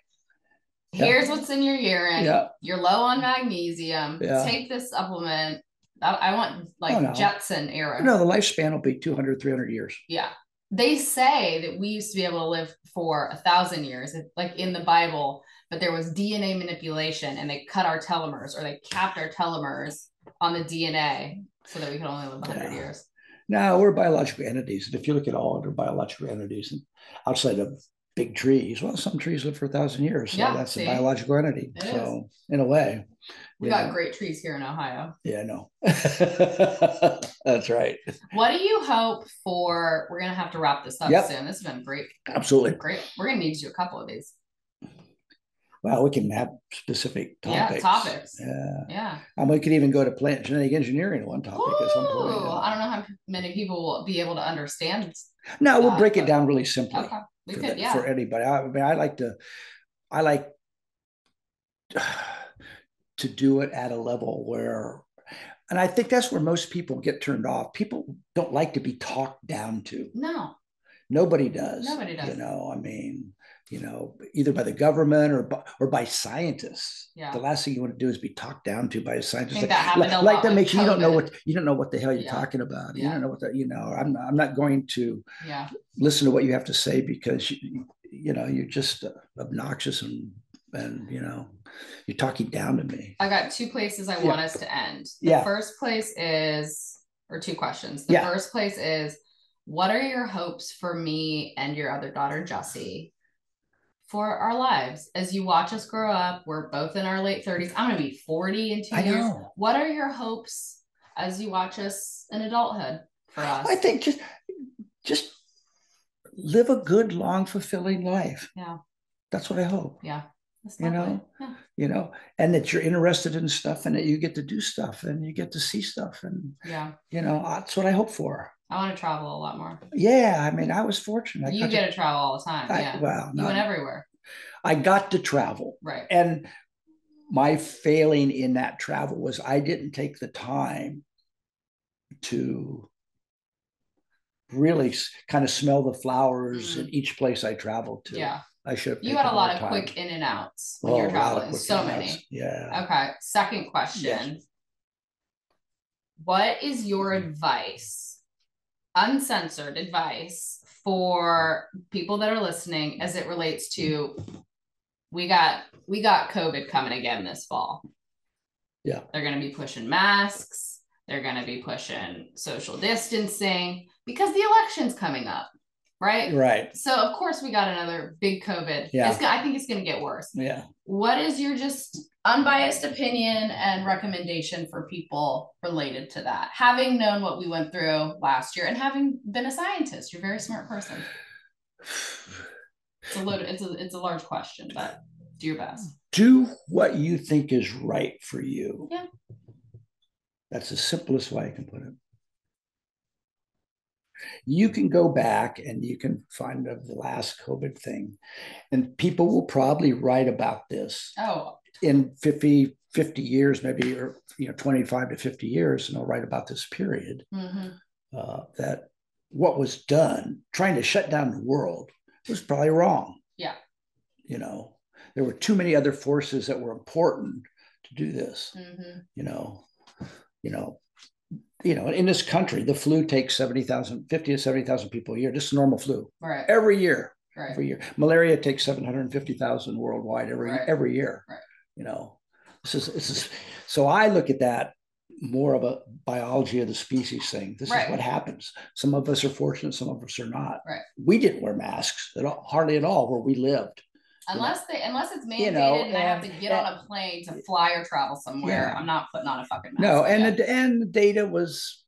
Speaker 1: Yeah.
Speaker 2: here's what's in your urine.
Speaker 1: yeah,
Speaker 2: You're low on magnesium.
Speaker 1: Yeah.
Speaker 2: Take this supplement. I, I want like
Speaker 1: Oh, no.
Speaker 2: Jetson era.
Speaker 1: no, the lifespan will be 200, 300 years.
Speaker 2: Yeah. They say that we used to be able to live for a thousand years, it- like in the Bible, but there was DNA manipulation and they cut our telomeres or they capped our telomeres on the DNA so that we could only live 100
Speaker 1: Yeah.
Speaker 2: years.
Speaker 1: Now we're biological entities, and if you look at all other biological entities, and outside of big trees, well, some trees live for a thousand years. So
Speaker 2: Yeah,
Speaker 1: that's
Speaker 2: see?
Speaker 1: a biological entity.
Speaker 2: It
Speaker 1: so in a way,
Speaker 2: We
Speaker 1: yeah,
Speaker 2: got great trees here in Ohio.
Speaker 1: yeah, I know. [LAUGHS] that's right.
Speaker 2: What do you hope for? We're gonna have to wrap this up
Speaker 1: Yep.
Speaker 2: soon. This has been great.
Speaker 1: Absolutely.
Speaker 2: Great. We're gonna need to do a couple of these.
Speaker 1: Wow, we can have specific topics.
Speaker 2: Yeah, topics. Yeah.
Speaker 1: Yeah. And we could even go to plant genetic engineering one topic at some point.
Speaker 2: Ooh, I don't know how many people will be able to understand.
Speaker 1: No, we'll
Speaker 2: Yeah,
Speaker 1: break it
Speaker 2: but-
Speaker 1: down really simply
Speaker 2: Okay. We
Speaker 1: for,
Speaker 2: could,
Speaker 1: the-
Speaker 2: yeah.
Speaker 1: for anybody. I, I mean, I like to, I like [SIGHS] to do it at a level where, and I think that's where most people get turned off. People don't like to be talked down to.
Speaker 2: no.
Speaker 1: Nobody does.
Speaker 2: Nobody does.
Speaker 1: You know, I mean, you know, either by the government or by, or by scientists.
Speaker 2: Yeah.
Speaker 1: The last thing you want to do is be talked down to by a
Speaker 2: I
Speaker 1: scientist.
Speaker 2: think
Speaker 1: Like-
Speaker 2: that happened a
Speaker 1: like,
Speaker 2: lot.
Speaker 1: like that
Speaker 2: with
Speaker 1: makes you don't know
Speaker 2: COVID.
Speaker 1: what you don't know what the hell you're
Speaker 2: Yeah.
Speaker 1: talking about. You
Speaker 2: Yeah.
Speaker 1: don't know what the, you know. I'm not, I'm not going to
Speaker 2: Yeah.
Speaker 1: listen to what you have to say because you, you know you're just uh, obnoxious and and you know you're talking down to me.
Speaker 2: I got two places I
Speaker 1: Yeah.
Speaker 2: want us to end. The
Speaker 1: Yeah.
Speaker 2: first place is, or two questions. The
Speaker 1: Yeah.
Speaker 2: first place is, what are your hopes for me and your other daughter, Jessie, for our lives? As you watch us grow up, we're both in our late 30s. I'm going to be 40 in two
Speaker 1: I
Speaker 2: years.
Speaker 1: know.
Speaker 2: What are your hopes as you watch us in adulthood for us?
Speaker 1: I think just just live a good, long, fulfilling life.
Speaker 2: Yeah.
Speaker 1: that's what I hope.
Speaker 2: That's
Speaker 1: you
Speaker 2: lovely.
Speaker 1: know,
Speaker 2: Yeah.
Speaker 1: You know, and that you're interested in stuff, and that you get to do stuff, and you get to see stuff, and
Speaker 2: yeah.
Speaker 1: you know that's what I hope for.
Speaker 2: I want to travel a lot more.
Speaker 1: Yeah, I mean, I was fortunate. I
Speaker 2: you
Speaker 1: got
Speaker 2: get to travel all the time.
Speaker 1: to, I-
Speaker 2: yeah.
Speaker 1: Well,
Speaker 2: you
Speaker 1: not-
Speaker 2: went everywhere.
Speaker 1: I got to travel.
Speaker 2: Right.
Speaker 1: and my failing in that travel was I didn't take the time to really kind of smell the flowers in each place I traveled to.
Speaker 2: Mm. Yeah.
Speaker 1: I should have.
Speaker 2: You
Speaker 1: taken
Speaker 2: had a lot
Speaker 1: more
Speaker 2: of
Speaker 1: time.
Speaker 2: quick in and outs when
Speaker 1: Oh,
Speaker 2: you're
Speaker 1: a lot of
Speaker 2: traveling.
Speaker 1: quick
Speaker 2: So
Speaker 1: in-outs.
Speaker 2: many.
Speaker 1: Yeah.
Speaker 2: Okay. Second question. What is your
Speaker 1: Mm-hmm.
Speaker 2: advice, uncensored advice, for people that are listening as it relates to we got we got COVID coming again this fall.
Speaker 1: Yeah.
Speaker 2: They're gonna be pushing masks, they're gonna be pushing social distancing because the election's coming up, right?
Speaker 1: Right.
Speaker 2: So of course we got another big COVID.
Speaker 1: Yeah.
Speaker 2: It's, go- I think it's gonna get worse
Speaker 1: Yeah.
Speaker 2: what is your just unbiased opinion and recommendation for people related to that having known what we went through last year and having been a scientist you're a very smart person it's a load it's a, it's a large question but do your best
Speaker 1: Do what you think is right for you.
Speaker 2: Yeah.
Speaker 1: That's the simplest way I can put it. You can go back and you can find the last COVID thing, and people will probably write about this
Speaker 2: oh
Speaker 1: in 50, 50 years, maybe, or you know, 25 to 50 years, and they'll write about this period
Speaker 2: hmm
Speaker 1: uh, that what was done, trying to shut down the world, was probably wrong.
Speaker 2: Yeah.
Speaker 1: You know, there were too many other forces that were important to do this.
Speaker 2: hmm
Speaker 1: You know, you know, you know, in this country, the flu takes 70,000, 50 to 70,000 people a year, just normal flu
Speaker 2: right
Speaker 1: every year
Speaker 2: right
Speaker 1: every year. Malaria takes 750,000 worldwide every
Speaker 2: Right.
Speaker 1: every year.
Speaker 2: Right.
Speaker 1: You know, this is this is so I look at that more of a biology of the species thing. This
Speaker 2: Right.
Speaker 1: is what happens. Some of us are fortunate, some of us are not.
Speaker 2: Right.
Speaker 1: We didn't wear masks at all, hardly at all where we lived.
Speaker 2: Unless they, unless it's mandated
Speaker 1: You know,
Speaker 2: and I have to
Speaker 1: and-
Speaker 2: get on a plane to fly or travel somewhere,
Speaker 1: Yeah.
Speaker 2: I'm not putting on a fucking mask.
Speaker 1: No,
Speaker 2: again.
Speaker 1: and the, and the data was,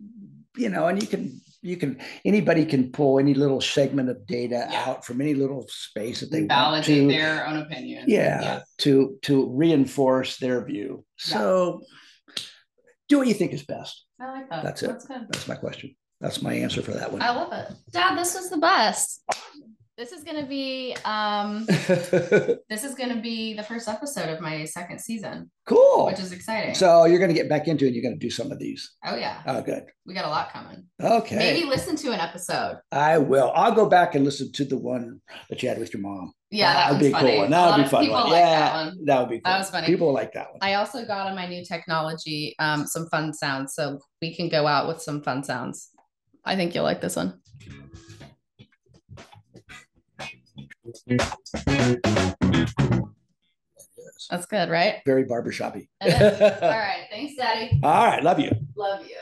Speaker 1: you know, and you can you can anybody can pull any little segment of data
Speaker 2: Yeah.
Speaker 1: out from any little space that they want
Speaker 2: validate
Speaker 1: to.
Speaker 2: their own opinion.
Speaker 1: yeah, to to reinforce their view. So, do what you think is best.
Speaker 2: I like that.
Speaker 1: That's it.
Speaker 2: That's good.
Speaker 1: That's my question. That's my answer for that one.
Speaker 2: I love it. Dad, this was the best. This is gonna be um this is gonna be the first episode of my second season,
Speaker 1: [LAUGHS] cool.
Speaker 2: which is exciting.
Speaker 1: So you're going to get back into it. You're going to do some of these.
Speaker 2: oh yeah,
Speaker 1: Oh, good.
Speaker 2: we got a lot coming.
Speaker 1: Okay.
Speaker 2: Maybe listen to an episode.
Speaker 1: I will. I'll go back and listen to the one that you had with your mom.
Speaker 2: Yeah, that
Speaker 1: that would
Speaker 2: one's
Speaker 1: be
Speaker 2: funny.
Speaker 1: cool. One.
Speaker 2: a
Speaker 1: That
Speaker 2: lot
Speaker 1: would be
Speaker 2: of
Speaker 1: fun.
Speaker 2: People like
Speaker 1: One. yeah,
Speaker 2: that one.
Speaker 1: that would be. Cool.
Speaker 2: That was funny.
Speaker 1: People will like that one.
Speaker 2: I also got on my new technology um, some fun sounds, so we can go out with some fun sounds. I think you'll like this one.
Speaker 1: Yes.
Speaker 2: That's good, right?
Speaker 1: Very barbershoppy.
Speaker 2: And then-
Speaker 1: All [LAUGHS]
Speaker 2: All right. Thanks, Daddy.
Speaker 1: right. Love you.
Speaker 2: Love you.